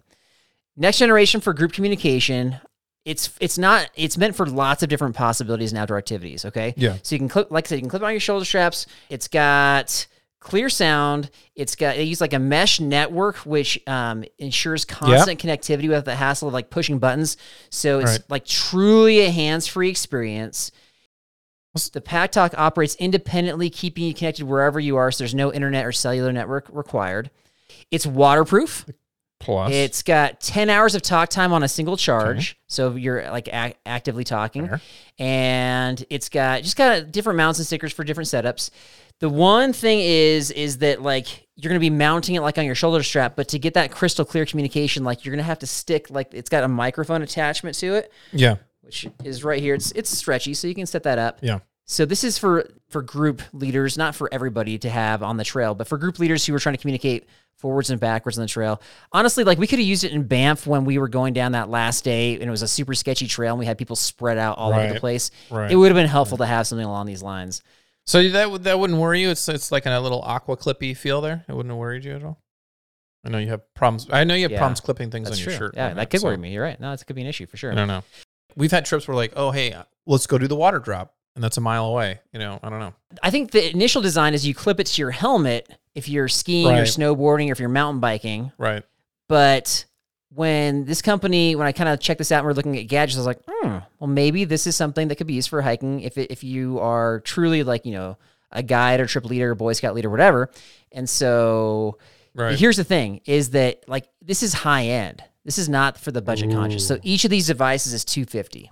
Speaker 3: Next generation for group communication. It's it's not it's meant for lots of different possibilities and outdoor activities. Okay.
Speaker 2: Yeah.
Speaker 3: So you can clip, like I said, you can clip it on your shoulder straps. It's got clear sound. It's got they use like a mesh network, which um, ensures constant connectivity without the hassle of like pushing buttons. So it's
Speaker 2: Right.
Speaker 3: like truly a hands-free experience.
Speaker 2: What's-
Speaker 3: The Pack Talk operates independently, keeping you connected wherever you are. So there's no internet or cellular network required. It's waterproof.
Speaker 2: Plus,
Speaker 3: It's got 10 hours of talk time on a single charge. So you're like ac actively talking.
Speaker 2: Fair.
Speaker 3: And it's got just got different mounts and stickers for different setups. The one thing is, is that like you're going to be mounting it like on your shoulder strap, but to get that crystal clear communication, like you're going to have to stick, like it's got a microphone attachment to it,
Speaker 2: yeah,
Speaker 3: which is right here. It's, it's stretchy, so you can set that up.
Speaker 2: yeah.
Speaker 3: So this is for for group leaders, not for everybody to have on the trail, but for group leaders who are trying to communicate forwards and backwards on the trail. Honestly, like we could have used it in Banff when we were going down that last day and it was a super sketchy trail and we had people spread out all over the
Speaker 2: Right,
Speaker 3: place.
Speaker 2: right.
Speaker 3: It would have been helpful to have something along these lines.
Speaker 2: So that would that wouldn't worry you. It's it's like a little aqua clippy feel there. It wouldn't have worried you at all. I know you have problems. I know you have
Speaker 3: Yeah,
Speaker 2: problems clipping things
Speaker 3: That's
Speaker 2: on
Speaker 3: true.
Speaker 2: your shirt.
Speaker 3: yeah,
Speaker 2: right now,
Speaker 3: that could
Speaker 2: so
Speaker 3: worry me. You're right. No, that could be an issue for sure.
Speaker 2: I don't know. We've had trips where like, oh hey, let's go do the water drop, and that's a mile away. You know, I don't know.
Speaker 3: I think the initial design is you clip it to your helmet if you're skiing or
Speaker 2: Right.
Speaker 3: snowboarding or if you're mountain biking,
Speaker 2: Right.
Speaker 3: but when this company when i kind of checked this out and we're looking at gadgets i was like hmm, well maybe this is something that could be used for hiking if, it, if you are truly like you know a guide or trip leader or boy scout leader whatever and so
Speaker 2: Right.
Speaker 3: here's the thing is that like this is high end this is not for the budget conscious so each of these devices is 250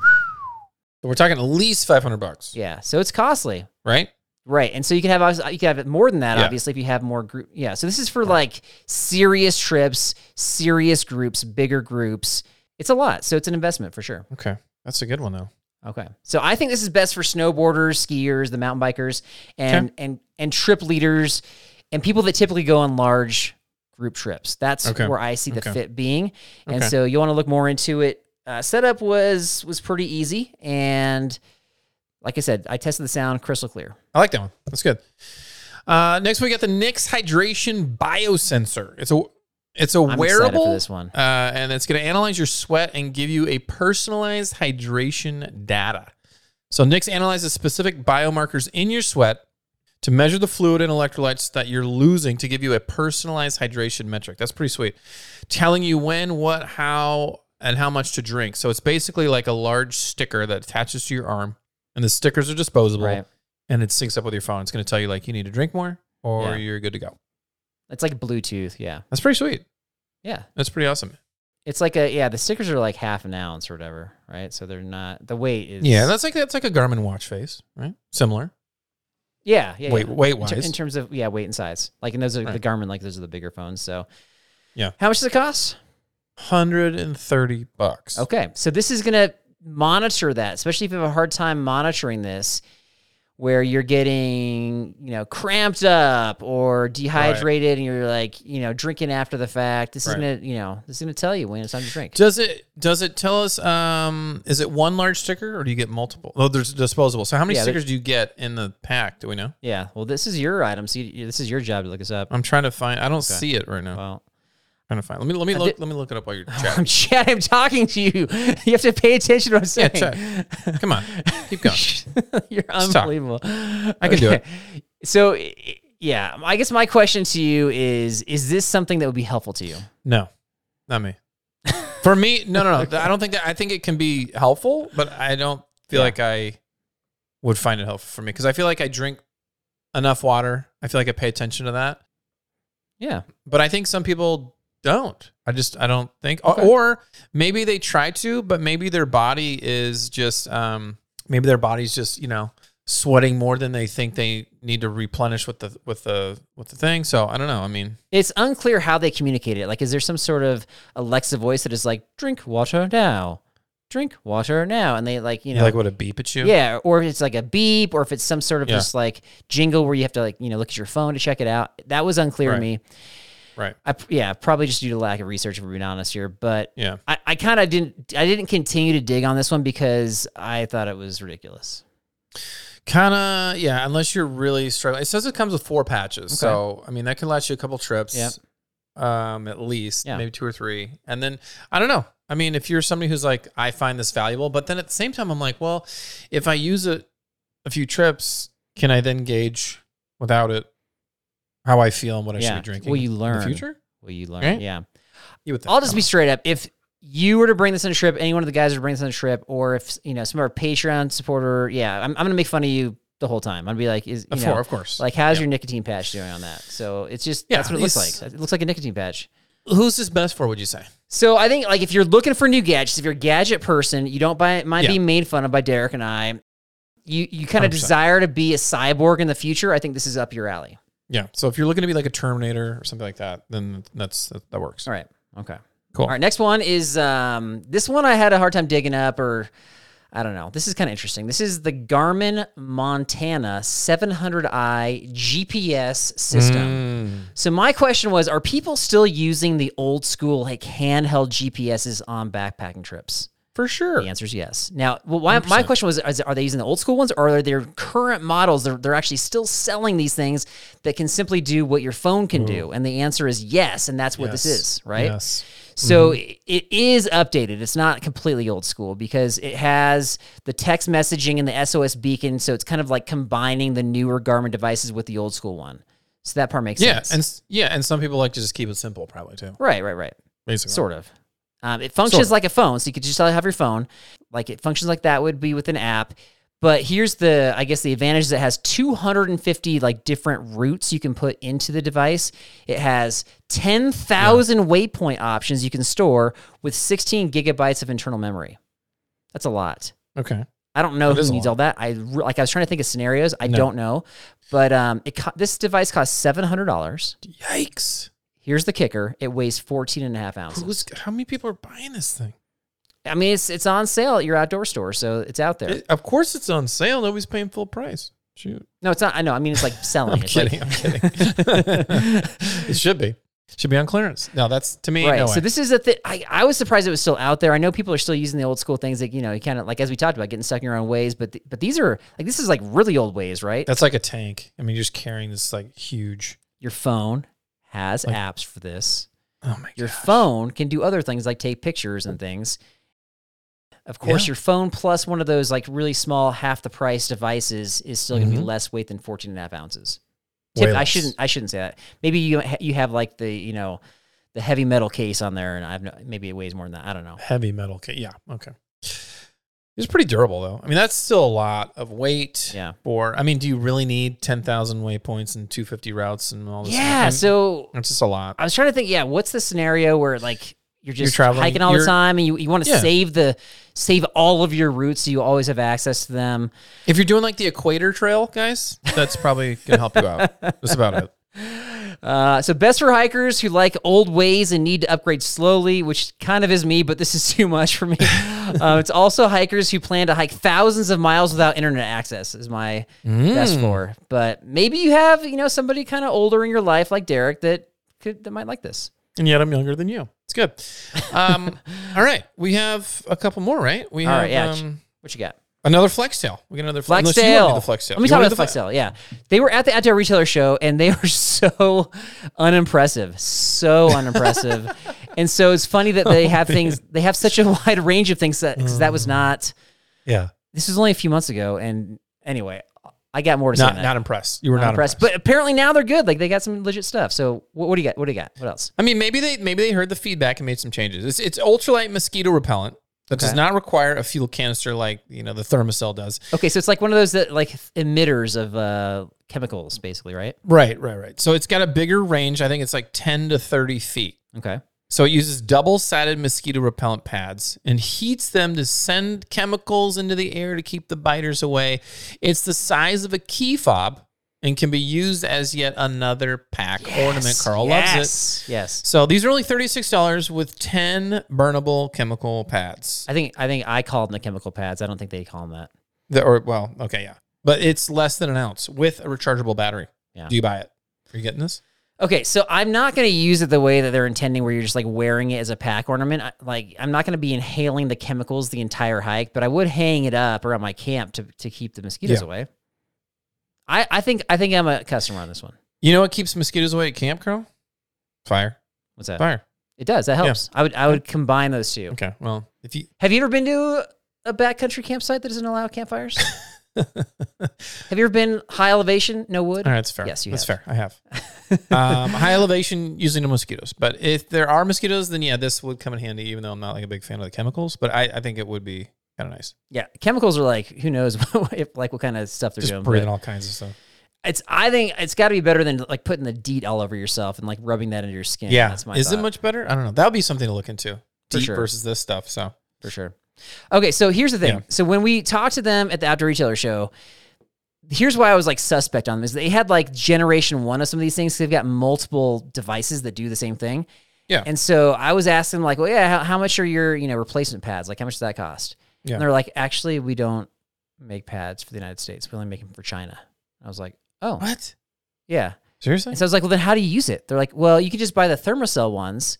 Speaker 2: So we're talking at least five hundred bucks.
Speaker 3: yeah so it's costly
Speaker 2: Right.
Speaker 3: Right, and so you can have obvi- you can have it more than that,
Speaker 2: Yeah.
Speaker 3: obviously, if you have more group. Yeah, so this is for like serious trips, serious groups, bigger groups. It's a lot, so it's an investment for sure.
Speaker 2: Okay. That's a good one though.
Speaker 3: Okay, so I think this is best for snowboarders, skiers, the mountain bikers, and and and trip leaders, and people that typically go on large group trips. That's
Speaker 2: Okay.
Speaker 3: where I see the
Speaker 2: Okay.
Speaker 3: fit being. And
Speaker 2: Okay.
Speaker 3: so you want to look more into it. Uh, setup was was pretty easy, and like I said, I tested the sound crystal clear.
Speaker 2: I like that one. That's good. Uh, next, we got the Nix Hydration Biosensor. It's a it's a
Speaker 3: excited for
Speaker 2: wearable.
Speaker 3: this one.
Speaker 2: uh, and it's going to analyze your sweat and give you a personalized hydration data. So Nix analyzes specific biomarkers in your sweat to measure the fluid and electrolytes that you're losing to give you a personalized hydration metric. That's pretty sweet. Telling you when, what, how, and how much to drink. So it's basically like a large sticker that attaches to your arm, and the stickers are disposable
Speaker 3: Right.
Speaker 2: and it syncs up with your phone. It's going to tell you like you need to drink more or
Speaker 3: Yeah.
Speaker 2: you're good to go.
Speaker 3: It's like Bluetooth. Yeah.
Speaker 2: That's pretty sweet.
Speaker 3: Yeah.
Speaker 2: That's pretty awesome.
Speaker 3: It's like a yeah. The stickers are like half an ounce or whatever, right? So they're not the weight is
Speaker 2: Yeah, that's like that's like a Garmin watch face, right? Similar.
Speaker 3: yeah yeah
Speaker 2: weight
Speaker 3: yeah.
Speaker 2: weight
Speaker 3: in,
Speaker 2: wise.
Speaker 3: ter- in terms of yeah weight and size. Like and those are the
Speaker 2: Right.
Speaker 3: Garmin like those are the bigger phones. So
Speaker 2: Yeah.
Speaker 3: how much does it cost?
Speaker 2: 130 bucks.
Speaker 3: Okay, so this is gonna monitor that, especially if you have a hard time monitoring this, where you're getting you know cramped up or dehydrated, and you're like you know drinking after the fact. This
Speaker 2: Right.
Speaker 3: is gonna you know this is gonna tell you when it's time to drink.
Speaker 2: Does it does it tell us um is it one large sticker or do you get multiple? Oh, there's disposable. So how many
Speaker 3: Yeah, there-
Speaker 2: stickers do you get in the pack? Do we know?
Speaker 3: yeah, well, this is your item, so you, this is your job to look this up.
Speaker 2: I'm trying to find I don't see it right now.
Speaker 3: Well,
Speaker 2: trying to find. Let me let me
Speaker 3: Uh, I
Speaker 2: look
Speaker 3: did-
Speaker 2: let me look it up while you're chatting.
Speaker 3: I'm Chad. I'm talking to you. You have to pay attention to what I'm saying.
Speaker 2: check. Come on. Keep going.
Speaker 3: You're
Speaker 2: talk.
Speaker 3: unbelievable. I
Speaker 2: can do
Speaker 3: it. So, i- i- yeah, I guess my question to you is: Is this something that would be helpful to you?
Speaker 2: No, not me. For me, no, no, no. I don't think that. I think it can be helpful, but I don't feel
Speaker 3: Yeah.
Speaker 2: like I would find it helpful for me because I feel like I drink enough water. I feel like I pay attention to that,
Speaker 3: Yeah,
Speaker 2: but I think some people don't. I just I don't think, or-
Speaker 3: Okay.
Speaker 2: or maybe they try to, but maybe their body is just um maybe their body's just you know sweating more than they think they need to replenish with the with the with the thing. So I don't know. I mean,
Speaker 3: it's unclear how they communicate it. Like, is there some sort of Alexa voice that is like, "Drink water now, drink water now," and they like, you know,
Speaker 2: like would it beep at you?
Speaker 3: yeah, or if it's like a beep, or if it's some sort of
Speaker 2: Yeah.
Speaker 3: just like jingle where you have to like, you know, look at your phone to check it out. That was unclear
Speaker 2: Right.
Speaker 3: to me.
Speaker 2: Right.
Speaker 3: I p- yeah, probably just due to lack of research, if we're being honest here, but.
Speaker 2: Yeah.
Speaker 3: I, I kind of didn't I didn't continue to dig on this one because I thought it was ridiculous.
Speaker 2: Kind of, yeah. Unless you're really struggling, it says it comes with four patches, so I mean that could last you a couple trips,
Speaker 3: Yep.
Speaker 2: um, at least
Speaker 3: Yeah.
Speaker 2: maybe two or three. And then I don't know. I mean, if you're somebody who's like, I find this valuable, but then at the same time, I'm like, well, if I use it a few trips, can I then gauge without it how I feel and what I should
Speaker 3: Yeah.
Speaker 2: be drinking?
Speaker 3: Will you
Speaker 2: in
Speaker 3: learn?
Speaker 2: the future?
Speaker 3: Will you learn?
Speaker 2: Right.
Speaker 3: Yeah.
Speaker 2: You would think.
Speaker 3: I'll just be straight up. If you were to bring this on a trip, any one of the guys were to bring this on a trip, or if you know some of our Patreon supporter, yeah, I'm, I'm gonna make fun of you the whole time. I'm gonna be like, is you
Speaker 2: of,
Speaker 3: know,
Speaker 2: course, of course.
Speaker 3: like how's
Speaker 2: Yeah.
Speaker 3: your nicotine patch doing on that? So it's just
Speaker 2: Yeah,
Speaker 3: that's what it looks
Speaker 2: these-
Speaker 3: like. It looks like a nicotine patch.
Speaker 2: who's this best for? Would you say?
Speaker 3: So I think like if you're looking for new gadgets, if you're a gadget person, you don't buy, mind
Speaker 2: Yeah.
Speaker 3: being made fun of by Derek and I. You you kind
Speaker 2: 100%.
Speaker 3: of desire to be a cyborg in the future. I think this is up your alley.
Speaker 2: Yeah. So if you're looking to be like a Terminator or something like that, then that's that, that works.
Speaker 3: All right. Okay.
Speaker 2: Cool.
Speaker 3: All right. Next one is um, this one I had a hard time digging up, or I don't know. This is kind of interesting. This is the Garmin Montana 700i GPS system.
Speaker 2: Mm.
Speaker 3: So my question was: Are people still using the old school like handheld GPSs on backpacking trips?
Speaker 2: For sure.
Speaker 3: The answer is yes. Now, well, why, my
Speaker 2: 100%.
Speaker 3: question was: is, Are they using the old school ones, or are there current models? They're, they're actually still selling these things that can simply do what your phone can do. And the answer is yes, and that's what this
Speaker 2: Yes.
Speaker 3: is, right?
Speaker 2: Yes. Mm-hmm.
Speaker 3: So i- it is updated. It's not completely old school because it has the text messaging and the SOS beacon. So it's kind of like combining the newer Garmin devices with the old school one. So that part makes
Speaker 2: Yeah,
Speaker 3: sense.
Speaker 2: and s- yeah, and some people like to just keep it simple, probably too.
Speaker 3: right, right, right.
Speaker 2: Basically,
Speaker 3: Sort of. Um, it functions
Speaker 2: Sort of.
Speaker 3: like a phone, so you could just have your phone. Like it functions like that would be with an app. But here's the, I guess, the advantage is it has 250 like different routes you can put into the device. It has 10,000 waypoint options you can store with 16 gigabytes of internal memory. That's a lot.
Speaker 2: Okay.
Speaker 3: I don't know
Speaker 2: That is
Speaker 3: who
Speaker 2: a
Speaker 3: needs
Speaker 2: lot.
Speaker 3: all that. I re- like I was trying to think of scenarios. I
Speaker 2: No.
Speaker 3: don't know, but um, it co- this device costs seven hundred dollars.
Speaker 2: Yikes!
Speaker 3: Here's the kicker: it weighs 14 and a half ounces.
Speaker 2: Who's how many people are buying this thing?
Speaker 3: I mean, it's it's on sale at your outdoor store, so it's out there.
Speaker 2: It- of course, it's on sale. Nobody's paying full price. Shoot,
Speaker 3: no, it's not. I know. I mean, it's like selling.
Speaker 2: I'm
Speaker 3: it's
Speaker 2: kidding.
Speaker 3: Like,
Speaker 2: I'm kidding. it should be. Should be on clearance. No, that's to me.
Speaker 3: Right.
Speaker 2: No way.
Speaker 3: so this is a thing. I, I was surprised it was still out there. I know people are still using the old school things, like you know, you kind of like as we talked about getting stuck in your own ways. But th- but these are like this is like really old ways, right?
Speaker 2: that's like a tank. I mean, you're just carrying this like huge.
Speaker 3: your phone has
Speaker 2: Like-
Speaker 3: apps for this.
Speaker 2: Oh my
Speaker 3: Your
Speaker 2: gosh.
Speaker 3: phone can do other things like take pictures and things. Of course,
Speaker 2: Yeah.
Speaker 3: your phone plus one of those like really small, half the price devices is still going to
Speaker 2: Mhm.
Speaker 3: be less weight than 14 and a half ounces.
Speaker 2: Way
Speaker 3: Tip, I
Speaker 2: less.
Speaker 3: shouldn't. I shouldn't say that. Maybe you ha- you have like the you know the heavy metal case on there, and I have no, maybe it weighs more than that. I don't know.
Speaker 2: heavy metal. ca- Yeah. Okay. It's pretty durable though. I mean, that's still a lot of weight.
Speaker 3: Yeah.
Speaker 2: For I mean, do you really need ten thousand waypoints and two fifty routes and all this?
Speaker 3: Yeah.
Speaker 2: stuff?
Speaker 3: So
Speaker 2: it's just a lot.
Speaker 3: I was trying to think. Yeah, what's the scenario where like you're
Speaker 2: You're
Speaker 3: just
Speaker 2: traveling,
Speaker 3: hiking all
Speaker 2: you're-
Speaker 3: the time, and you, you want to
Speaker 2: Yeah.
Speaker 3: save the save all of your routes so you always have access to them.
Speaker 2: If you're doing like the Equator Trail, guys, that's probably gonna help you out. That's about it.
Speaker 3: Uh, so best for hikers who like old ways and need to upgrade slowly, which kind of is me, but this is too much for me. uh, it's also hikers who plan to hike thousands of miles without internet access is my
Speaker 2: Mm.
Speaker 3: best for. But maybe you have you know somebody kind of older in your life like Derek that could that might like this.
Speaker 2: And yet I'm younger than you. It's good. Um, all right, we have a couple more, right? We
Speaker 3: All
Speaker 2: have
Speaker 3: right, yeah.
Speaker 2: um,
Speaker 3: What you got?
Speaker 2: another flex tail. We got another flex. unless
Speaker 3: Flex
Speaker 2: you wanna do
Speaker 3: sale.
Speaker 2: The flex tail.
Speaker 3: Let me
Speaker 2: You
Speaker 3: talk
Speaker 2: wanna
Speaker 3: about
Speaker 2: do
Speaker 3: the flex sale. Yeah, they were at the outdoor retailer show and they were so unimpressive, so unimpressive. and so it's funny that
Speaker 2: Oh,
Speaker 3: they have things. They have such a wide range of things that because that
Speaker 2: Mm.
Speaker 3: was not.
Speaker 2: Yeah.
Speaker 3: This was only a few months ago, and anyway, I got more to say.
Speaker 2: Not
Speaker 3: on that.
Speaker 2: not impressed. You were not, impressed.
Speaker 3: but apparently now they're good. Like they got some legit stuff. So what, what do you got? What do you got? What else?
Speaker 2: I mean, maybe they maybe they heard the feedback and made some changes. It's it's ultralight mosquito repellent that does
Speaker 3: Okay.
Speaker 2: not require a fuel canister like you know the thermocell does.
Speaker 3: Okay, so it's like one of those that like emitters of uh, chemicals, basically, right?
Speaker 2: Right, right, right. So it's got a bigger range. I think it's like ten to thirty feet.
Speaker 3: Okay.
Speaker 2: So it uses double-sided mosquito repellent pads and heats them to send chemicals into the air to keep the biters away. It's the size of a key fob and can be used as yet another pack ornament. Carl loves it.
Speaker 3: yes. Yes.
Speaker 2: So these are only thirty-six dollars with ten burnable chemical pads.
Speaker 3: I think I think I called them the chemical pads. I don't think they call them that.
Speaker 2: The, or well, okay, yeah, but it's less than an ounce with a rechargeable battery.
Speaker 3: Yeah.
Speaker 2: Do you buy it? Are you getting this?
Speaker 3: Okay, so I'm not going to use it the way that they're intending, where you're just like wearing it as a pack ornament. I, like I'm not going to be inhaling the chemicals the entire hike, but I would hang it up around my camp to to keep the mosquitoes
Speaker 2: Yeah.
Speaker 3: away. I I think I think I'm a customer on this one.
Speaker 2: You know what keeps mosquitoes away at camp, Carl? Fire,
Speaker 3: What's that?
Speaker 2: fire.
Speaker 3: It does. That
Speaker 2: Yeah.
Speaker 3: helps. I would I would combine those two.
Speaker 2: Okay, well, if you
Speaker 3: Have you ever been to a backcountry campsite that doesn't allow campfires?
Speaker 2: all
Speaker 3: Have you ever been high elevation, no wood?
Speaker 2: right, it's fair.
Speaker 3: Yes, you
Speaker 2: That's
Speaker 3: have.
Speaker 2: fair. I have. um, high elevation using no mosquitoes, but if there are mosquitoes, then yeah, this would come in handy. Even though I'm not like a big fan of the chemicals, but I, I think it would be kind of nice.
Speaker 3: Yeah, chemicals are like who knows if like what kind of stuff they're
Speaker 2: Just
Speaker 3: doing. but-
Speaker 2: breathing all kinds of stuff.
Speaker 3: It's. I think it's got to be better than like putting the DEET all over yourself and like rubbing that into your skin.
Speaker 2: yeah,
Speaker 3: that's my.
Speaker 2: is it
Speaker 3: thought,
Speaker 2: much better? I don't know. That would be something to look into.
Speaker 3: For
Speaker 2: Deep
Speaker 3: sure.
Speaker 2: versus this stuff. So
Speaker 3: for sure? Okay, so here's the thing.
Speaker 2: Yeah.
Speaker 3: So when we talked to them at the outdoor retailer show, here's why I was like suspect on them is they had like generation one of some of these things. 'cause They've got multiple devices that do the same thing.
Speaker 2: Yeah.
Speaker 3: And so I was asking like, well, yeah, how, how much are your you know replacement pads? Like, how much does that cost?
Speaker 2: Yeah.
Speaker 3: And they're like, actually, we don't make pads for the United States. We only make them for China. I was like, oh,
Speaker 2: what?
Speaker 3: yeah.
Speaker 2: Seriously?
Speaker 3: And so I was like, well, then how do you use it? They're like, well, you can just buy the thermocell ones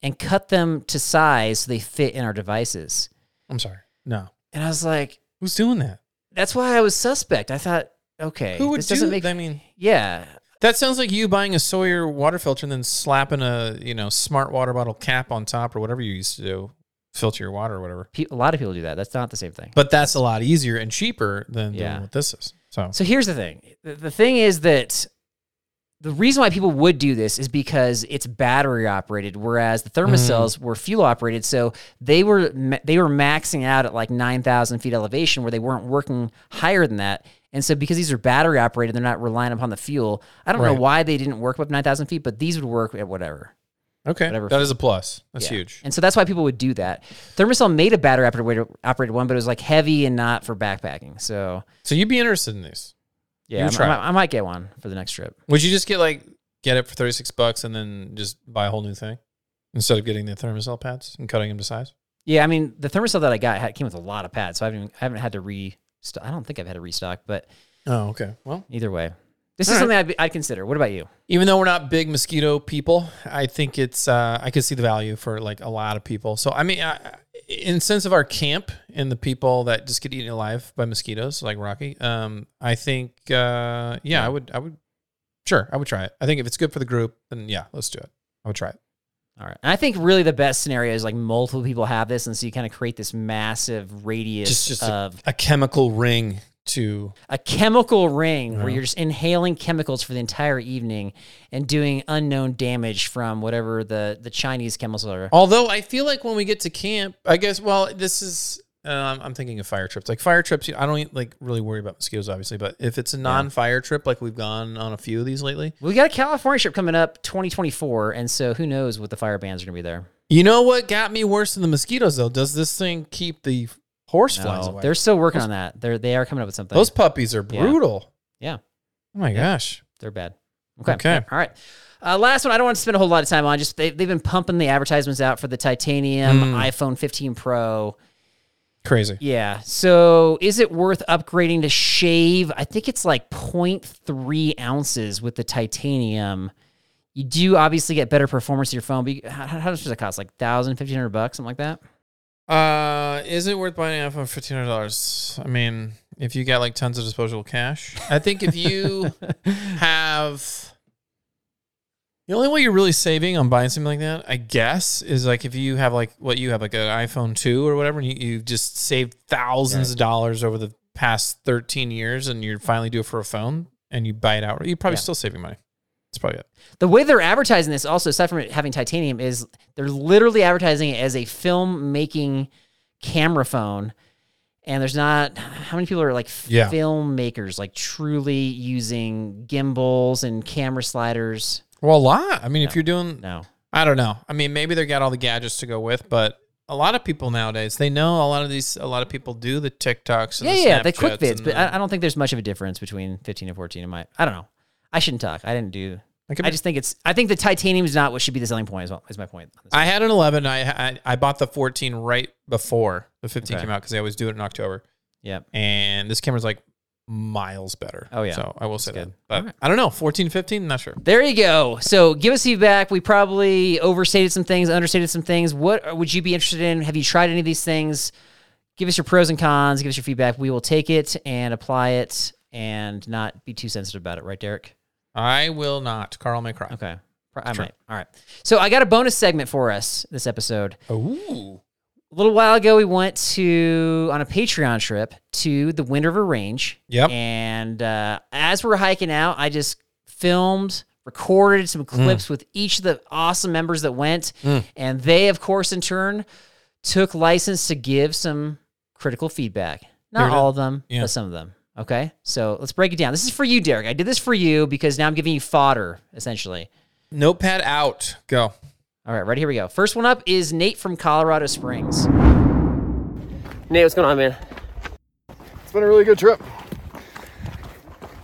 Speaker 3: and cut them to size so they fit in our devices.
Speaker 2: I'm sorry. No.
Speaker 3: And I was like,
Speaker 2: Who's doing that?
Speaker 3: that's why I was suspect. I thought, okay,
Speaker 2: Who would
Speaker 3: this
Speaker 2: do
Speaker 3: doesn't
Speaker 2: that?
Speaker 3: make
Speaker 2: I mean,
Speaker 3: yeah,
Speaker 2: that sounds like you buying a Sawyer water filter and then slapping a, you know, smart water bottle cap on top or whatever you used to do, filter your water or whatever.
Speaker 3: pe- a lot of people do that. That's not the same thing.
Speaker 2: But that's a lot easier and cheaper than doing
Speaker 3: Yeah.
Speaker 2: what this is. So,
Speaker 3: So here's the thing. The, the thing is that the reason why people would do this is because it's battery operated, whereas the
Speaker 2: Mm.
Speaker 3: thermocells were fuel operated. So they were ma- they were maxing out at like nine thousand feet elevation, where they weren't working higher than that. And so because these are battery operated, they're not relying upon the fuel. I don't
Speaker 2: Right.
Speaker 3: know why they didn't work up nine thousand feet, but these would work at whatever.
Speaker 2: okay.
Speaker 3: Whatever.
Speaker 2: That is a plus. That's
Speaker 3: Yeah.
Speaker 2: huge.
Speaker 3: And so that's why people would do that. Thermocell made a battery operated operated one, but it was like heavy and not for backpacking. So
Speaker 2: So you'd be interested in these. You
Speaker 3: yeah, I,
Speaker 2: try
Speaker 3: I might- I might get one for the next trip.
Speaker 2: Would you just get like, get it for 36 bucks and then just buy a whole new thing instead of getting the thermosel pads and cutting them to size?
Speaker 3: Yeah, I mean the thermocell that I got had, came with a lot of pads, so I haven't even, I haven't had to restock. I don't think I've had to restock, but
Speaker 2: Oh, okay. Well,
Speaker 3: either way, This
Speaker 2: All
Speaker 3: is
Speaker 2: right.
Speaker 3: something I'd, be, I'd consider. What about you?
Speaker 2: Even though we're not big mosquito people, I think it's uh, I could see the value for like a lot of people. So I mean, I, in sense of our camp and the people that just get eaten alive by mosquitoes, like Rocky, um, I think uh, yeah, I would I would sure I would try it. I think if it's good for the group, then yeah, let's do it. I would try it.
Speaker 3: All right. And I think really the best scenario is like multiple people have this, and so you kind of create this massive radius
Speaker 2: Just just a,
Speaker 3: of
Speaker 2: a chemical ring to
Speaker 3: a chemical ring where
Speaker 2: Yeah.
Speaker 3: you're just inhaling chemicals for the entire evening and doing unknown damage from whatever the, the Chinese chemicals are.
Speaker 2: Although I feel like when we get to camp, I guess well, this is um, I'm thinking of fire trips. Like fire trips, you- I don't e, like really worry about mosquitoes, obviously. But if it's a non-fire trip, like we've gone on a few of these lately,
Speaker 3: We got a California trip coming up 2024, and so who knows what the fire bans are going to be there.
Speaker 2: you know what got me worse than the mosquitoes though? Does this thing keep the horse flies
Speaker 3: No,
Speaker 2: away?
Speaker 3: they're still working on that. They're they are coming up with something.
Speaker 2: Those puppies are brutal.
Speaker 3: Yeah.
Speaker 2: Oh my gosh.
Speaker 3: They're bad. Okay.
Speaker 2: Okay.
Speaker 3: All right. Uh, last one. I don't want to spend a whole lot of time on. Just they, they've been pumping the advertisements out for the titanium
Speaker 2: Mm.
Speaker 3: iPhone 15 Pro.
Speaker 2: Crazy.
Speaker 3: Yeah. So is it worth upgrading to shave? I think it's like 0.3 ounces with the titanium. You do obviously get better performance of your phone, but you, how, how much does it cost? Like 1000 1500 bucks, something like that?
Speaker 2: Uh, is it worth buying an iPhone for fifteen hundred dollars? I mean, if you got like tons of disposable cash, I think if you have the only way you're really saving on buying something like that, I guess, is like if you have like what you have like an iPhone two or whatever, and you, you just saved thousands of dollars over the past thirteen years, and you're finally due for a phone, and you buy it out, you're probably
Speaker 3: Yeah.
Speaker 2: still saving money. That's probably it.
Speaker 3: The way they're advertising this, also aside from it having titanium, is they're literally advertising it as a film making camera phone. And there's not how many people are like f-
Speaker 2: Yeah.
Speaker 3: filmmakers, like truly using gimbals and camera sliders.
Speaker 2: Well, a lot. I mean, if you're doing
Speaker 3: No,
Speaker 2: I don't know. I mean, maybe they got all the gadgets to go with, but a lot of people nowadays they know a lot of these. A lot of people do the TikToks. And
Speaker 3: yeah,
Speaker 2: the
Speaker 3: yeah, the quick
Speaker 2: Snapchats
Speaker 3: vids,
Speaker 2: and
Speaker 3: but
Speaker 2: the-
Speaker 3: I, I don't think there's much of a difference between 15 and 14. In my, I don't know. I shouldn't talk. I didn't do.
Speaker 2: I could
Speaker 3: I
Speaker 2: be-
Speaker 3: just think it's. I think the titanium is not what should be the selling point. Is, well, is my point. on this.
Speaker 2: I had an 11. I I, I bought the 14 right before the 15
Speaker 3: Okay.
Speaker 2: came out because they always do it in October.
Speaker 3: yeah.
Speaker 2: And this camera's like miles better.
Speaker 3: Oh, yeah.
Speaker 2: So I will say that.
Speaker 3: That's good.
Speaker 2: But
Speaker 3: Alright.
Speaker 2: I don't know. 14, 15, not sure.
Speaker 3: There you go. So give us feedback. We probably overstated some things, understated some things. What would you be interested in? Have you tried any of these things? Give us your pros and cons. Give us your feedback. We will take it and apply it and not be too sensitive about it, right, Derek?
Speaker 2: I will not. Carl may cry.
Speaker 3: Okay. Pro- I
Speaker 2: Sure.
Speaker 3: might. All right. So I got a bonus segment for us this episode.
Speaker 2: Ooh.
Speaker 3: A little while ago, we went to on a Patreon trip to the Wind River Range.
Speaker 2: Yep.
Speaker 3: And uh, as we're hiking out, I just filmed, recorded some clips with each of the awesome members that went,
Speaker 2: Mm.
Speaker 3: and they, of course, in turn, took license to give some critical feedback. Not
Speaker 2: Here it
Speaker 3: all of them,
Speaker 2: Yeah.
Speaker 3: but some of them. Okay. So let's break it down. This is for you, Derek. I did this for you because now I'm giving you fodder, essentially.
Speaker 2: Notepad out. Go.
Speaker 3: All right, ready? Here we go. First one up is Nate from Colorado Springs.
Speaker 4: Nate, what's going on, man?
Speaker 5: It's been a really good trip.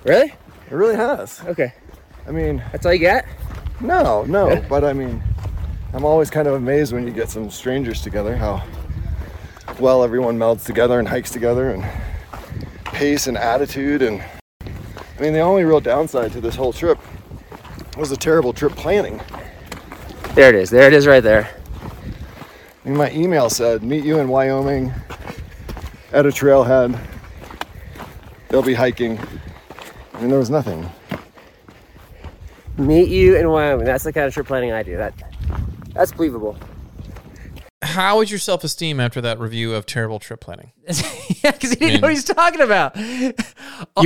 Speaker 4: Really?
Speaker 5: It really has.
Speaker 4: Okay.
Speaker 5: I mean,
Speaker 4: That's all you got?
Speaker 5: no, no, but I mean, I'm always kind of amazed when you get some strangers together how well everyone melds together and hikes together and pace and attitude. And I mean, the only real downside to this whole trip was the terrible trip planning.
Speaker 4: There it is. There it is right there.
Speaker 5: I mean, my email said, meet you in Wyoming at a trailhead. They'll be hiking. I mean, there was nothing.
Speaker 4: Meet you in Wyoming. That's the kind of trip planning I do. That that's believable.
Speaker 2: How is your self esteem after that review of terrible trip planning?
Speaker 3: yeah, because he didn't know what he's talking about.
Speaker 2: You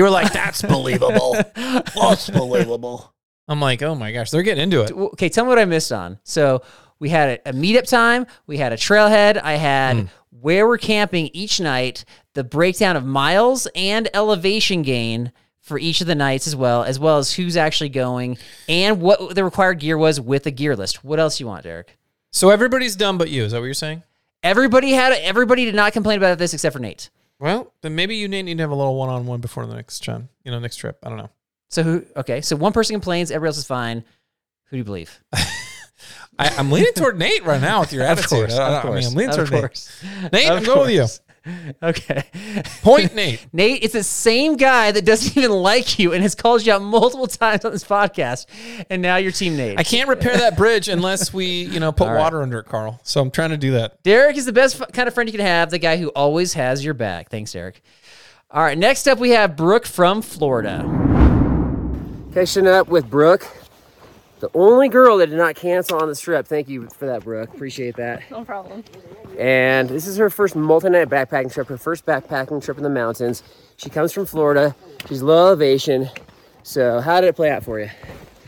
Speaker 2: were like, that's believable. That's believable. I'm like, oh my gosh, they're getting into it.
Speaker 3: Okay, tell me what I missed on. So we had a, a meetup time, we had a trailhead, I had where we're camping each night, the breakdown of miles and elevation gain for each of the nights as well, as well as who's actually going and what the required gear was with a gear list. What else you want, Derek?
Speaker 2: So everybody's dumb but you. Is that what you're saying?
Speaker 3: Everybody had everybody did not complain about this except for Nate.
Speaker 2: Well, then maybe you need to have a little one on one before the next time, you know, next trip. I don't know.
Speaker 3: So who okay, so one person complains, everybody else is fine. Who do you believe?
Speaker 2: Uh, I, I'm leaning toward Nate right now with your attitude. I, I mean, I'm leaning
Speaker 3: of
Speaker 2: toward
Speaker 3: course.
Speaker 2: Nate. Nate, I'm going with you.
Speaker 3: Okay.
Speaker 2: Point Nate.
Speaker 3: Nate, it's the same guy that doesn't even like you and has called you out multiple times on this podcast, and now you're team Nate.
Speaker 2: I can't repair that bridge unless we, you know, put water under it, Carl. So I'm trying to do that.
Speaker 3: Derek is the best f- kind of friend you can have, the guy who always has your back. Thanks, Derek. All right, next up we have Brooke from Florida.
Speaker 4: Catching up with Brooke, the only girl that did not cancel on this trip. Thank you for that, Brooke. Appreciate that.
Speaker 6: No problem.
Speaker 4: And this is her first multi-night backpacking trip, her first backpacking trip in the mountains. She comes from Florida. She's low elevation. So how did it play out for you?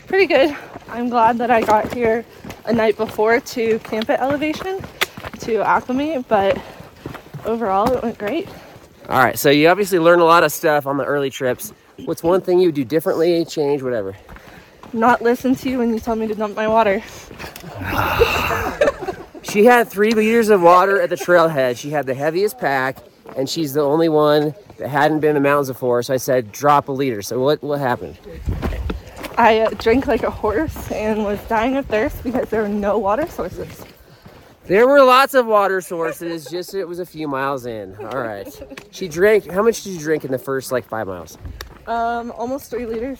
Speaker 6: Pretty good. I'm glad that I got here a night before to camp at elevation to acclimate, but overall it went great.
Speaker 4: All right, so you obviously learn a lot of stuff on the early trips. What's one thing you would do differently, change, whatever?
Speaker 6: Not listen to you when you told me to dump my water.
Speaker 4: She had three liters of water at the trailhead. She had the heaviest pack, and she's the only one that hadn't been in the mountains before. So I said, drop a liter. So what, what happened?
Speaker 6: I uh, drank like a horse and was dying of thirst because there were no water sources.
Speaker 4: There were lots of water sources, just it was a few miles in. All right. She drank, how much did you drink in the first like five miles?
Speaker 6: Um, almost three liters,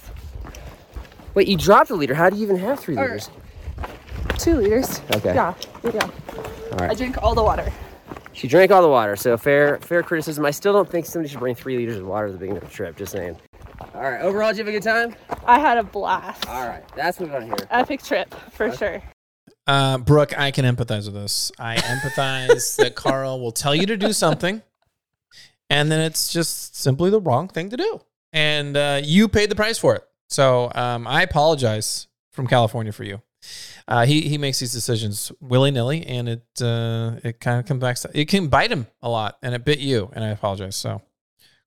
Speaker 4: Wait, you dropped a liter. How do you even have three
Speaker 6: Or-
Speaker 4: liters?
Speaker 6: two liters.
Speaker 4: Okay.
Speaker 6: Yeah, yeah.
Speaker 4: right.
Speaker 6: I drank all the water.
Speaker 4: She drank all the water, so fair fair criticism. I still don't think somebody should bring three liters of water at the beginning of the trip, just saying. All right, overall, did you have a good time?
Speaker 6: I had a blast.
Speaker 4: All right, that's what we're on here.
Speaker 6: Epic trip for sure.
Speaker 2: Uh, Brooke, I can empathize with this. I empathize that Carl will tell you to do something, and then it's just simply the wrong thing to do. And uh, you paid the price for it. So um, I apologize from California for you. Uh, he he makes these decisions willy nilly, and it uh, it kind of comes back. To, it can bite him a lot, and it bit you. And I apologize. So,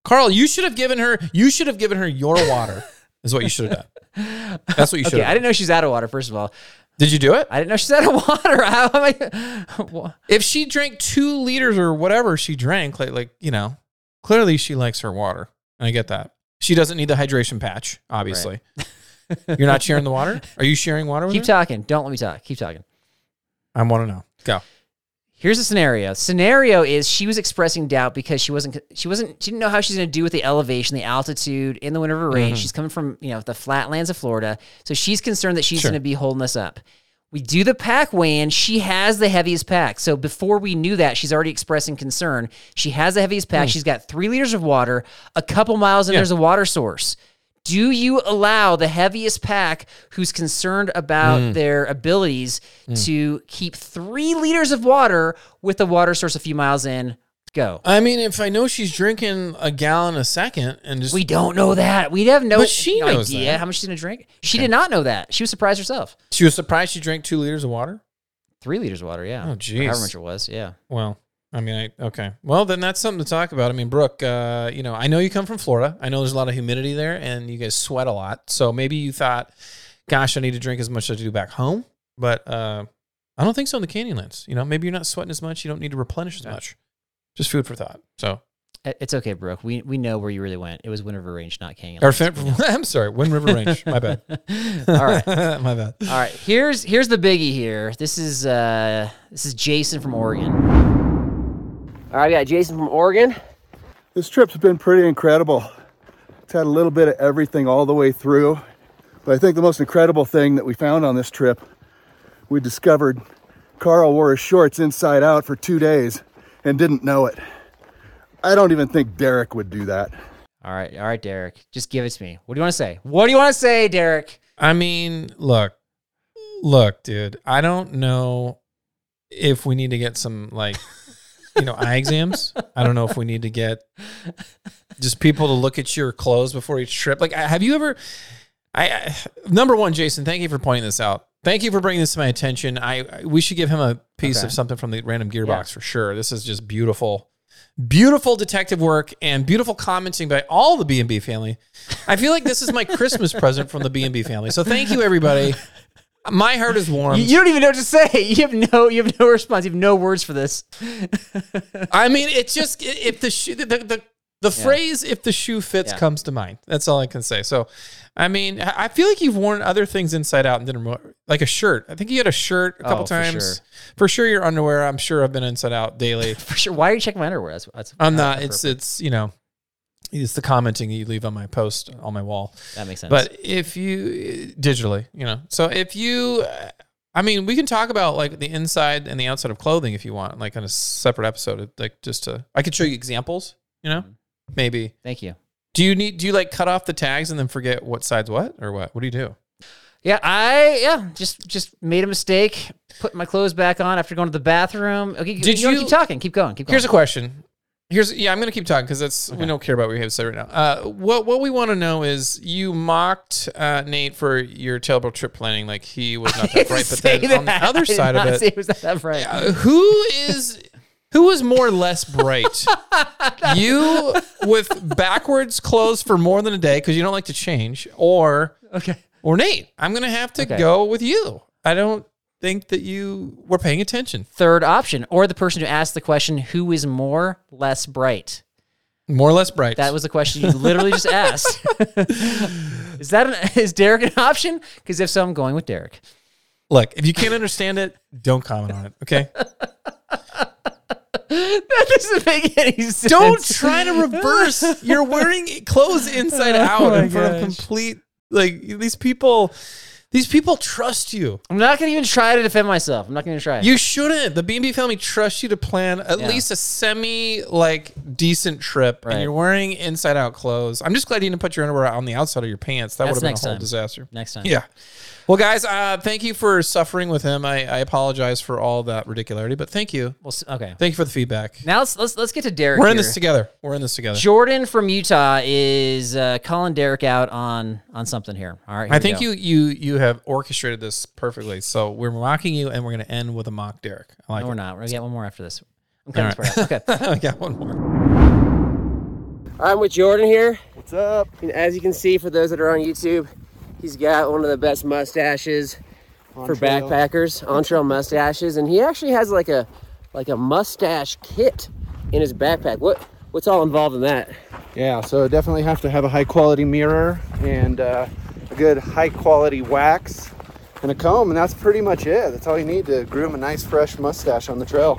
Speaker 2: Carl, you should have given her. You should have given her your water. is what you should have done. That's what you should
Speaker 3: Okay, I
Speaker 2: have. done.
Speaker 3: didn't know she's out of water, first of all.
Speaker 2: Did you do it?
Speaker 3: I didn't know she's out of water. How am I? Wha-
Speaker 2: if she drank two liters or whatever she drank, like, like you know, clearly she likes her water. And I get that. She doesn't need the hydration patch, obviously. You're not sharing the water? Are you sharing water with
Speaker 3: Keep
Speaker 2: her?
Speaker 3: talking. Don't let me talk. Keep talking.
Speaker 2: I want to know. Go.
Speaker 3: Here's a scenario. Scenario is she was expressing doubt because she wasn't she wasn't she didn't know how she's going to do with the elevation, the altitude in the winter of her
Speaker 2: Mm-hmm.
Speaker 3: range. She's coming from, you know, the flatlands of Florida. So she's concerned that she's
Speaker 2: Sure.
Speaker 3: going to be holding us up. We do the pack weigh-in. She has the heaviest pack. So before we knew that, she's already expressing concern. She has the heaviest pack. She's got three liters of water, a couple miles,
Speaker 2: Hmm.
Speaker 3: and
Speaker 2: Yeah.
Speaker 3: there's a water source. Do you allow the heaviest pack who's concerned about
Speaker 2: Mm.
Speaker 3: their abilities to keep three liters of water with the water source a few miles in? Go.
Speaker 2: I mean, if I know she's drinking a gallon a second and just.
Speaker 3: We don't know that. We have no,
Speaker 2: But she
Speaker 3: no
Speaker 2: knows
Speaker 3: idea
Speaker 2: that.
Speaker 3: how much she's going to drink. She did not know that. She was surprised herself.
Speaker 2: she was surprised she drank two liters of water?
Speaker 3: Three liters of water, yeah.
Speaker 2: Oh,
Speaker 3: Or
Speaker 2: jeez.
Speaker 3: However much it was, yeah.
Speaker 2: Well, I mean, I, okay. Well, then that's something to talk about. I mean, Brooke, uh, you know, I know you come from Florida. I know there's a lot of humidity there and you guys sweat a lot. So maybe you thought, gosh, I need to drink as much as I do back home. But uh, I don't think so in the Canyonlands. You know, maybe you're not sweating as much. You don't need to replenish as much. Just food for thought. So,
Speaker 3: It- It's okay, Brooke. We we know where you really went. It was Wind River Range, not Canyon.
Speaker 2: or, fa- I'm sorry, Wind River Range. My bad.
Speaker 3: All right.
Speaker 2: My bad.
Speaker 3: All right, here's here's the biggie here. This is uh this is Jason from Oregon.
Speaker 4: All right, we got Jason from Oregon.
Speaker 5: This trip's been pretty incredible. It's had a little bit of everything all the way through. But I think the most incredible thing that we found on this trip, we discovered Carl wore his shorts inside out for two days and didn't know it. I don't even think Derek would do that.
Speaker 3: All right, all right, Derek. Just give it to me. What do you want to say? What do you want to say, Derek?
Speaker 2: I mean, look, look, dude. I don't know if we need to get some like, you know, eye exams. I don't know if we need to get just people to look at your clothes before each trip. Like, I- have you ever? I, I number one, Jason. Thank you for pointing this out. Thank you for bringing this to my attention. I, I we should give him a piece of something from the random gearbox for sure. This is just beautiful, beautiful detective work and beautiful commenting by all the B and B family. I feel like this is my Christmas present from the B and B family. So thank you everybody. My heart is warm.
Speaker 3: You, you don't even know what to say. You have no you have no response. You have no words for this.
Speaker 2: I mean, it just if the, shoe the the The phrase "if the shoe fits"
Speaker 3: Yeah.
Speaker 2: comes to mind. That's all I can say. So, I mean, I I feel like you've worn other things inside out and didn't remember, like a shirt. I think you had a shirt a couple
Speaker 3: Oh, for
Speaker 2: times. For
Speaker 3: sure.
Speaker 2: sure. your underwear. I'm sure I've been inside out daily.
Speaker 3: For sure. Why are you checking my underwear? That's, that's uh,
Speaker 2: I'm
Speaker 3: that's
Speaker 2: not. It's it's you know, it's the commenting that you leave on my post on my wall.
Speaker 3: that makes sense.
Speaker 2: But if you digitally, you know, so if you, uh, I mean, we can talk about like the inside and the outside of clothing if you want, like on a separate episode, like just to, I could show you examples, you
Speaker 3: Mm-hmm.
Speaker 2: know, maybe.
Speaker 3: thank you.
Speaker 2: Do you need, do you like cut off the tags and then forget what side's what or what? What do you do?
Speaker 3: Yeah, I yeah just just made a mistake. Put my clothes back on after going to the bathroom. Okay,
Speaker 2: Did
Speaker 3: you, know what?
Speaker 2: you-
Speaker 3: keep talking? Keep going. Keep going.
Speaker 2: Here's a question. Here's yeah, I'm gonna keep talking because that's we don't care about what we have to say right now. Uh, what what we want to know is you mocked uh, Nate for your terrible trip planning, like he was not that right. But
Speaker 3: Say
Speaker 2: then on the
Speaker 3: that.
Speaker 2: other
Speaker 3: I did
Speaker 2: side of
Speaker 3: not
Speaker 2: it,
Speaker 3: say it was not that bright.
Speaker 2: Uh, who is who is more or less bright? you with backwards clothes for more than a day because you don't like to change, or
Speaker 3: Okay.
Speaker 2: or Nate? I'm gonna have to
Speaker 3: Okay.
Speaker 2: go with you. I don't think that you were paying attention.
Speaker 3: Third option, or the person who asked the question, "Who is more less bright?"
Speaker 2: More or less bright.
Speaker 3: That was the question you literally just asked. is that an, is Derek an option? Because if so, I'm going with Derek.
Speaker 2: Look, if you can't understand it, don't comment on it. Okay.
Speaker 3: That doesn't make any sense.
Speaker 2: don't try to reverse. You're wearing clothes inside out
Speaker 3: Oh my
Speaker 2: in front of
Speaker 3: gosh.
Speaker 2: complete like these people. These people trust you.
Speaker 3: I'm not gonna even try to defend myself. I'm not gonna try.
Speaker 2: You shouldn't. The B&B family trusts you to plan at
Speaker 3: Yeah.
Speaker 2: least a semi like decent trip,
Speaker 3: Right.
Speaker 2: and you're wearing inside out clothes. I'm just glad you didn't put your underwear out on the outside of your pants. That would have
Speaker 3: That's
Speaker 2: been a
Speaker 3: next
Speaker 2: whole
Speaker 3: time.
Speaker 2: disaster.
Speaker 3: next time.
Speaker 2: Yeah. Well, guys, uh, thank you for suffering with him. I, I apologize for all that ridicularity, but thank you.
Speaker 3: We'll see. Okay.
Speaker 2: Thank you for the feedback.
Speaker 3: Now let's let's let's get to Derek.
Speaker 2: We're in
Speaker 3: here.
Speaker 2: this together. We're in this together.
Speaker 3: Jordan from Utah is uh, calling Derek out on on something here. All right.
Speaker 2: I think you you you have orchestrated this perfectly. So we're mocking you, and we're going to end with a mock Derek. I like
Speaker 3: No, we're
Speaker 2: it.
Speaker 3: not. We're gonna get one more after this. I'm cutting
Speaker 2: All
Speaker 3: this part out. Okay.
Speaker 2: I got one more.
Speaker 4: I'm with Jordan here.
Speaker 5: What's up?
Speaker 4: And as you can see, for those that are on YouTube, he's got one of the best mustaches for
Speaker 5: trail.
Speaker 4: backpackers, on trail mustaches, and he actually has like a like a mustache kit in his backpack. What what's all involved in that?
Speaker 5: Yeah, so definitely have to have a high quality mirror and uh, a good high quality wax and a comb, and that's pretty much it. That's all you need to groom a nice fresh mustache on the trail.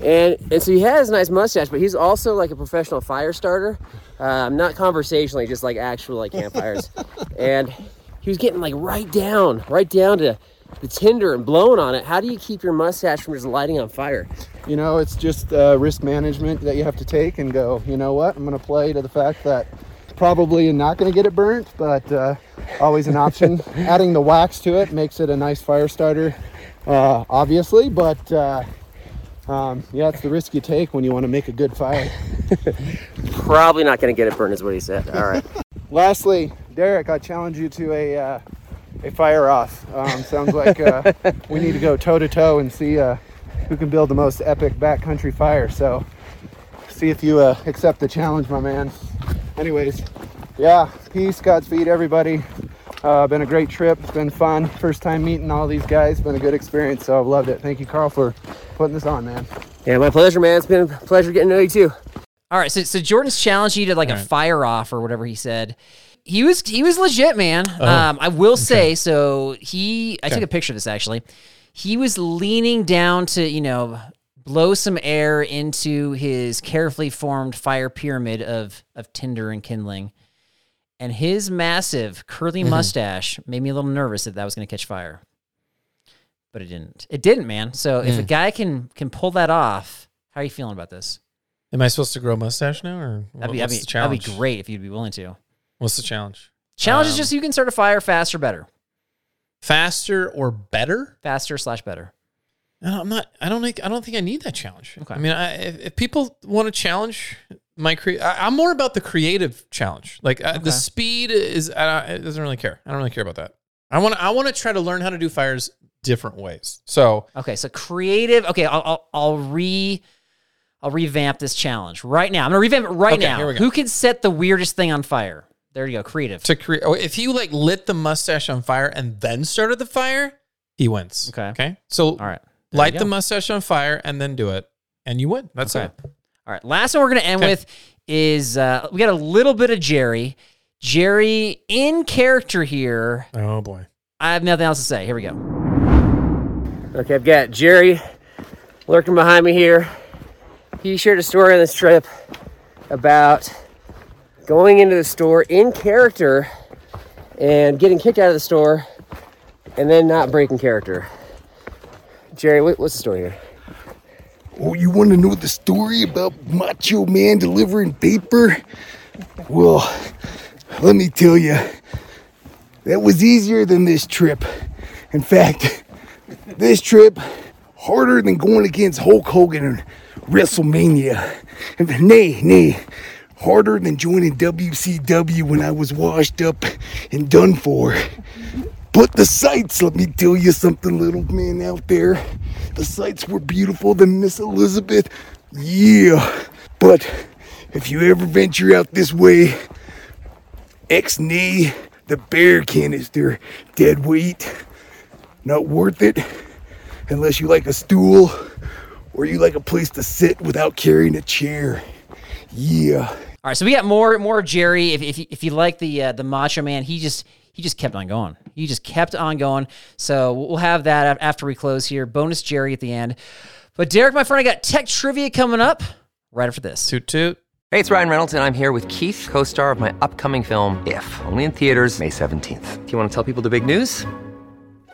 Speaker 4: And and so he has a nice mustache, but he's also like a professional fire starter. Um, not conversationally, just like actual like campfires. and he was getting like right down, right down to the tinder and blowing on it. How do you keep your mustache from just lighting on fire?
Speaker 5: You know, it's just uh, risk management that you have to take and go, you know what, I'm going to play to the fact that probably you're not going to get it burnt, but uh, always an option. Adding the wax to it makes it a nice fire starter, uh, obviously, but uh, um, yeah, it's the risk you take when you want to make a good fire.
Speaker 4: Probably not gonna get it burned, is what he said. All right.
Speaker 5: Lastly, Derek, I challenge you to a uh, a fire off. Um, sounds like uh, we need to go toe to toe and see uh, who can build the most epic backcountry fire. So, see if you uh, accept the challenge, my man. Anyways, yeah, peace, Godspeed, everybody. Uh, been a great trip. It's been fun. First time meeting all these guys. Been a good experience. So I've loved it. Thank you, Carl, for putting this on, man.
Speaker 4: Yeah, my pleasure, man. It's been a pleasure getting to know you too.
Speaker 3: All right. So so Jordan's challenged you to like a fire off or whatever he said. He was he was legit, man. Um, I will say so. He I took a picture of this actually. He was leaning down to you know blow some air into his carefully formed fire pyramid of of tinder and kindling. And his massive curly mustache made me a little nervous that that was going to catch fire. But it didn't. It didn't, man. So if a guy can can pull that off, how are you feeling about this?
Speaker 2: Am I supposed to grow a mustache now, or what-
Speaker 3: That'd be,
Speaker 2: what's the
Speaker 3: that'd, be, that'd be
Speaker 2: challenge?
Speaker 3: great if you'd be willing to.
Speaker 2: What's the challenge?
Speaker 3: Challenge is
Speaker 2: Um,
Speaker 3: just you can start a fire faster, better,
Speaker 2: Faster or better?
Speaker 3: faster slash better.
Speaker 2: I don't- I'm not. I don't think. I don't think I need that challenge.
Speaker 3: Okay.
Speaker 2: I mean, I, if, if people want to challenge my cre, I, I'm more about the creative challenge. Like uh, the speed is. I don't, it doesn't really care. I don't really care about that. I want. to I want to try to learn how to do fires different ways. So
Speaker 3: Okay, so creative. Okay, I'll, I'll, I'll re, I'll revamp this challenge right now. I'm gonna revamp it right
Speaker 2: Okay,
Speaker 3: now.
Speaker 2: here we go.
Speaker 3: Who can set the weirdest thing on fire? There you go, creative.
Speaker 2: to create, if you like lit the mustache on fire and then started the fire, he wins.
Speaker 3: Okay.
Speaker 2: Okay. So
Speaker 3: All right, There
Speaker 2: light
Speaker 3: you
Speaker 2: the
Speaker 3: go.
Speaker 2: mustache on fire and then do it, and you win. That's
Speaker 3: Okay.
Speaker 2: it.
Speaker 3: All right, last one we're gonna end
Speaker 2: Okay.
Speaker 3: with is uh, we got a little bit of Jerry. Jerry in character here.
Speaker 2: Oh boy.
Speaker 3: I have nothing else to say. Here we go.
Speaker 4: Okay, I've got Jerry lurking behind me here. He shared a story on this trip about going into the store in character and getting kicked out of the store and then not breaking character. Jerry, what, what's the story here?
Speaker 7: Oh, you want to know the story about Macho Man delivering paper? Well, let me tell you, that was easier than this trip. In fact, this trip harder than going against Hulk Hogan in WrestleMania. And nay, nay, harder than joining WCW when I was washed up and done for. But the sights, let me tell you something, little man out there. The sights were beautiful, the Miss Elizabeth, yeah. But if you ever venture out this way, X knee, the bear canister, dead weight, not worth it unless you like a stool or you like a place to sit without carrying a chair. Yeah.
Speaker 3: All right, so we got more more of Jerry. If if, you- if you like the uh, the Macho Man, he just he just kept on going. He just kept on going. So we'll have that a- after we close here. Bonus Jerry at the end. But Derek, my friend, I got tech trivia coming up right after this.
Speaker 2: Toot toot.
Speaker 8: Hey, it's Ryan Reynolds, and I'm here with Keith, co star of my upcoming film, If, only in theaters, May 17th. Do you want to tell people the big news?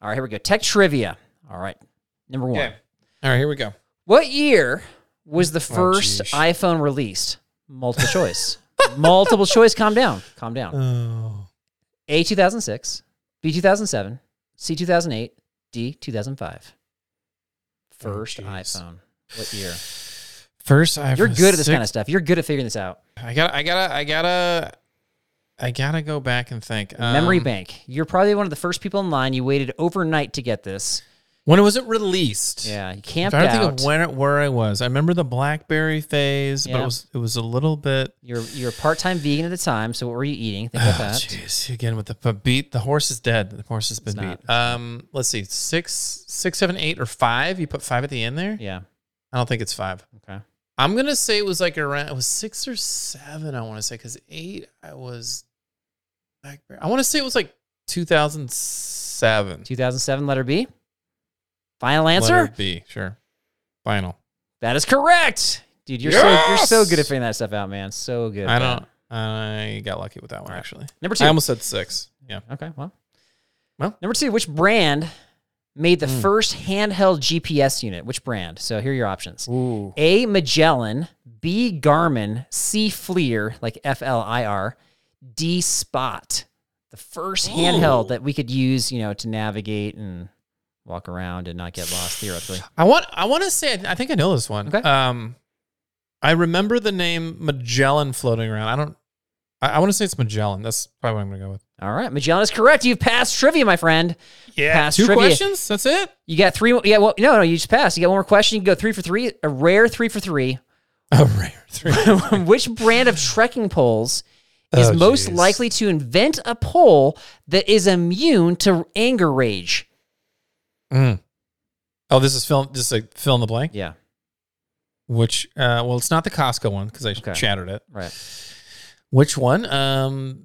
Speaker 3: All right, here we go. Tech trivia. All right, number one.
Speaker 2: Okay. All right, here we go.
Speaker 3: What year was the
Speaker 2: Oh,
Speaker 3: first
Speaker 2: geesh.
Speaker 3: iPhone released? Multiple choice. Multiple choice. Calm down. Calm down.
Speaker 2: Oh.
Speaker 3: A 2006, B 2007, C 2008, D
Speaker 2: Oh,
Speaker 3: 2005. First
Speaker 2: jeez.
Speaker 3: iPhone. What year?
Speaker 2: First, I
Speaker 3: You're good at this kind of stuff. You're good at figuring this out.
Speaker 2: I gotta, I gotta, I gotta, I gotta go back and think.
Speaker 3: Memory
Speaker 2: Um,
Speaker 3: bank. You're probably one of the first people in line. You waited overnight to get this.
Speaker 2: When was it released?
Speaker 3: Yeah, you
Speaker 2: I'm
Speaker 3: camped
Speaker 2: trying to
Speaker 3: out.
Speaker 2: think of when, where I was. I remember the BlackBerry phase, but
Speaker 3: Yeah.
Speaker 2: it was it was a little bit.
Speaker 3: You're you're a part-time vegan at the time. So what were you eating? Think about
Speaker 2: Oh,
Speaker 3: that.
Speaker 2: Jeez, again with the but beat. The horse is dead. The horse has been
Speaker 3: not.
Speaker 2: beat. Um, let's see, six, six, seven, eight, or five. You put five at the end there.
Speaker 3: Yeah.
Speaker 2: I don't think it's five.
Speaker 3: Okay.
Speaker 2: I'm gonna say it was like around it was six or seven. I want to say because eight I was BlackBerry. I want to say it was like 2007.
Speaker 3: 2007. Letter B. Final answer.
Speaker 2: Letter B, sure. Final.
Speaker 3: That is correct, dude. You're so you're so good at figuring that stuff out, man. So good.
Speaker 2: I
Speaker 3: at
Speaker 2: don't.
Speaker 3: that.
Speaker 2: I got lucky with that one actually.
Speaker 3: Number two.
Speaker 2: I almost said six. Yeah.
Speaker 3: Okay. Well.
Speaker 2: Well. Hmm.
Speaker 3: Number two. Which brand made the first handheld GPS unit? Which brand? So here are your options.
Speaker 2: Ooh.
Speaker 3: A. Magellan. B. Garmin. C. Fleer, like F L I R. D. Spot. The first handheld that we could use, you know, to navigate and walk around and not get lost theoretically.
Speaker 2: I want I want to say I think I know this one.
Speaker 3: Okay.
Speaker 2: Um, I remember the name Magellan floating around. I don't. I, I want to say it's Magellan. That's probably what I'm gonna go with.
Speaker 3: All right, Magellan is correct. You've passed trivia, my friend.
Speaker 2: Yeah,
Speaker 3: Passed
Speaker 2: two
Speaker 3: trivia.
Speaker 2: questions. That's it.
Speaker 3: You got three. Yeah, well, no, no, you just passed. You got one more question. You can go three for three, a rare three for three.
Speaker 2: A
Speaker 3: Oh,
Speaker 2: rare three.
Speaker 3: Which brand of trekking poles is
Speaker 2: Oh,
Speaker 3: most
Speaker 2: geez.
Speaker 3: likely to invent a pole that is immune to anger rage?
Speaker 2: Mm. Oh, this is film. Just like fill in the blank.
Speaker 3: Yeah.
Speaker 2: Which, uh, well, it's not the Costco one because I
Speaker 3: Okay.
Speaker 2: chattered it.
Speaker 3: Right.
Speaker 2: Which one? Um,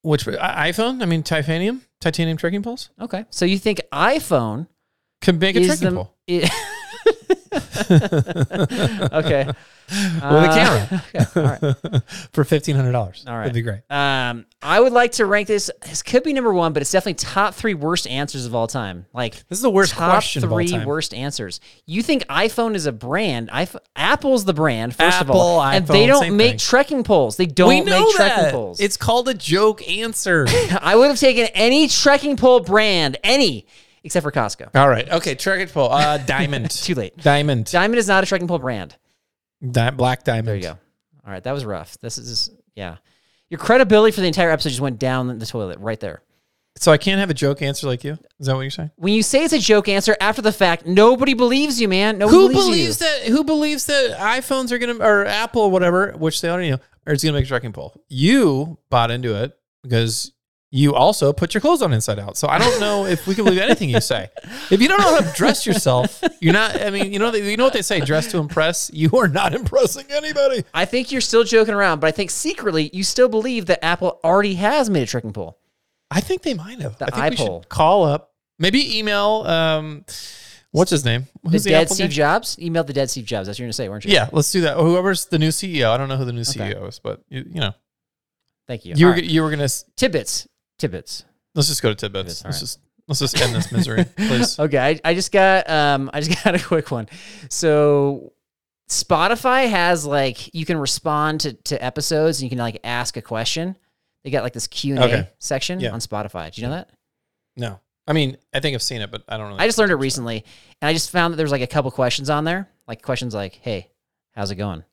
Speaker 2: which I- iPhone? I mean, titanium, titanium trekking poles
Speaker 3: Okay. So you think iPhone
Speaker 2: can make a
Speaker 3: is
Speaker 2: trekking
Speaker 3: the
Speaker 2: pole.
Speaker 3: i- okay.
Speaker 2: With
Speaker 3: Uh,
Speaker 2: a camera
Speaker 3: okay, all right.
Speaker 2: for fifteen hundred dollars.
Speaker 3: All right.
Speaker 2: that'd be great.
Speaker 3: Um, I would like to rank this. This could be number one, but it's definitely top three worst answers of all time. Like
Speaker 2: This is the worst
Speaker 3: top
Speaker 2: question of all
Speaker 3: three
Speaker 2: time.
Speaker 3: worst answers. You think iPhone is a brand? iPh- Apple's the brand first of all,
Speaker 2: Apple,
Speaker 3: and they
Speaker 2: iPhone,
Speaker 3: don't
Speaker 2: same
Speaker 3: make
Speaker 2: thing.
Speaker 3: trekking poles. They don't
Speaker 2: we know
Speaker 3: make trekking
Speaker 2: that.
Speaker 3: poles.
Speaker 2: It's called a joke answer.
Speaker 3: I would have taken any trekking pole brand, any except for Costco.
Speaker 2: all right. Okay. Trekking pole. Uh, diamond.
Speaker 3: Too late.
Speaker 2: Diamond.
Speaker 3: Diamond is not a trekking pole brand.
Speaker 2: Di- black diamond.
Speaker 3: There you go. All right, that was rough. This is yeah. Your credibility for the entire episode just went down the toilet right there.
Speaker 2: So I can't have a joke answer like you. Is that what you're saying?
Speaker 3: when you say it's a joke answer after the fact, nobody believes you, man. Nobody
Speaker 2: who believes,
Speaker 3: believes, you.
Speaker 2: that? Who believes that iPhones are gonna or Apple or whatever, which they already know, or it's gonna make a trekking pole? You bought into it because you also put your clothes on inside out. So I don't know if we can believe anything you say. If you don't know how to dress yourself, you're not. I mean, you know, you know what they say: dress to impress. You are not impressing anybody.
Speaker 3: I think you're still joking around, but I think secretly you still believe that Apple already has made a trekking poll.
Speaker 2: I think they might have.
Speaker 3: The
Speaker 2: I think
Speaker 3: eye
Speaker 2: we should
Speaker 3: poll.
Speaker 2: call up. Maybe email. Um, what's his name?
Speaker 3: The
Speaker 2: Who's
Speaker 3: dead
Speaker 2: Apple guy?
Speaker 3: Steve Jobs? Emailed the dead Steve Jobs. That's what you're going to say, weren't you?
Speaker 2: Yeah, let's do that. Whoever's the new CEO. I don't know who the new
Speaker 3: Okay.
Speaker 2: CEO is, but you, you know,
Speaker 3: Thank you.
Speaker 2: you
Speaker 3: All
Speaker 2: were
Speaker 3: right.
Speaker 2: you were gonna. s-
Speaker 3: Tidbits. Tidbits.
Speaker 2: Let's just go to tidbits.
Speaker 3: Tidbits, all
Speaker 2: Let's
Speaker 3: right.
Speaker 2: just let's just end this misery, please.
Speaker 3: Okay, I, I just got um I just got a quick one. So Spotify has like you can respond to, to episodes and you can like ask a question. They got like this Q and A
Speaker 2: Okay.
Speaker 3: section
Speaker 2: Yeah.
Speaker 3: on Spotify. Do you know that?
Speaker 2: No, I mean I think I've seen it, but I don't really.
Speaker 3: I just learned it recently, and I just found that there's like a couple questions on there, like questions like, "Hey, how's it going?"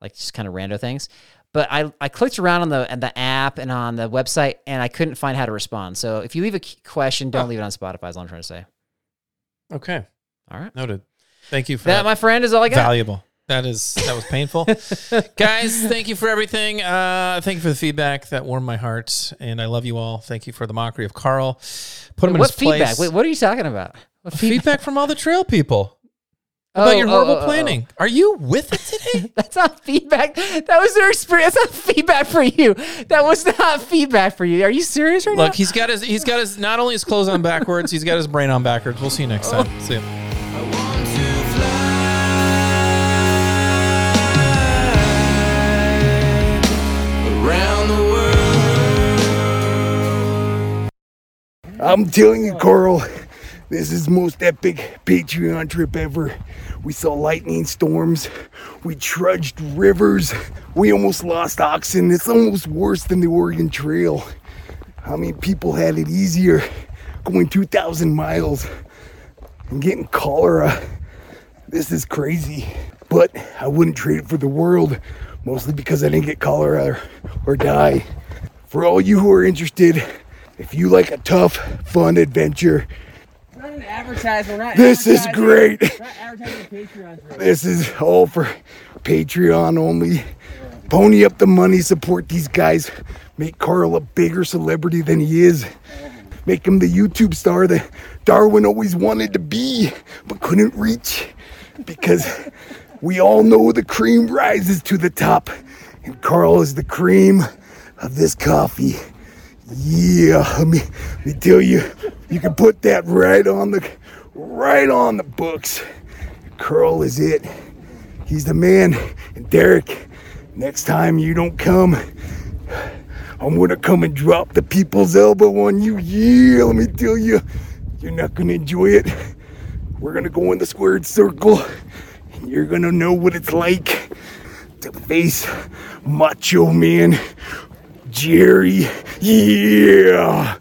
Speaker 3: Like just kind of rando things. But I, I clicked around on the on the app and on the website, and I couldn't find how to respond. So if you leave a key- question, don't
Speaker 2: Huh.
Speaker 3: leave it on Spotify. Is what I'm trying to say.
Speaker 2: Okay,
Speaker 3: All right,
Speaker 2: noted. Thank you for
Speaker 3: that
Speaker 2: that.
Speaker 3: my friend is all I got.
Speaker 2: valuable. That is that was painful, guys. Thank you for everything. Uh, thank you for the feedback that warmed my heart, and I love you all. Thank you for the mockery of Carl. Put him in
Speaker 3: what
Speaker 2: his place.
Speaker 3: feedback? Wait, what are you talking about? What
Speaker 2: feedback from all the trail people
Speaker 3: Oh,
Speaker 2: about your
Speaker 3: oh,
Speaker 2: horrible
Speaker 3: oh, oh, oh.
Speaker 2: planning. Are you with it today?
Speaker 3: That's not feedback. That was their experience. That's not feedback for you. That was not feedback for you. Are you serious right
Speaker 2: Look, he's got his he's got his not only his clothes on backwards, he's got his brain on backwards. We'll see you next
Speaker 3: Oh.
Speaker 2: time. See ya.
Speaker 7: I'm telling you, Carl, this is the most epic Patreon trip ever. We saw lightning storms. We trudged rivers. We almost lost oxen. It's almost worse than the Oregon Trail. I mean, people had it easier going 2,000 miles and getting cholera. This is crazy. But I wouldn't trade it for the world, mostly because I didn't get cholera or die. For all you who are interested, if you like a tough, fun adventure,
Speaker 4: Not an advertisement. We're not
Speaker 7: This is
Speaker 4: advertising-
Speaker 7: great.
Speaker 4: we're Not advertising the Patreon. for it.
Speaker 7: this is all for Patreon only. Pony up the money, support these guys, make Carl a bigger celebrity than he is, make him the YouTube star that Darwin always wanted to be but couldn't reach because we all know the cream rises to the top, and Carl is the cream of this coffee. Yeah, let me, let me tell you, you can put that right on the right on the books. Curl is it. He's the man. And Derek, next time you don't come, I'm gonna come and drop the people's elbow on you. Yeah, let me tell you, you're not gonna enjoy it. We're gonna go in the squared circle, and you're gonna know what it's like to face Macho Man Jerry. Yeah.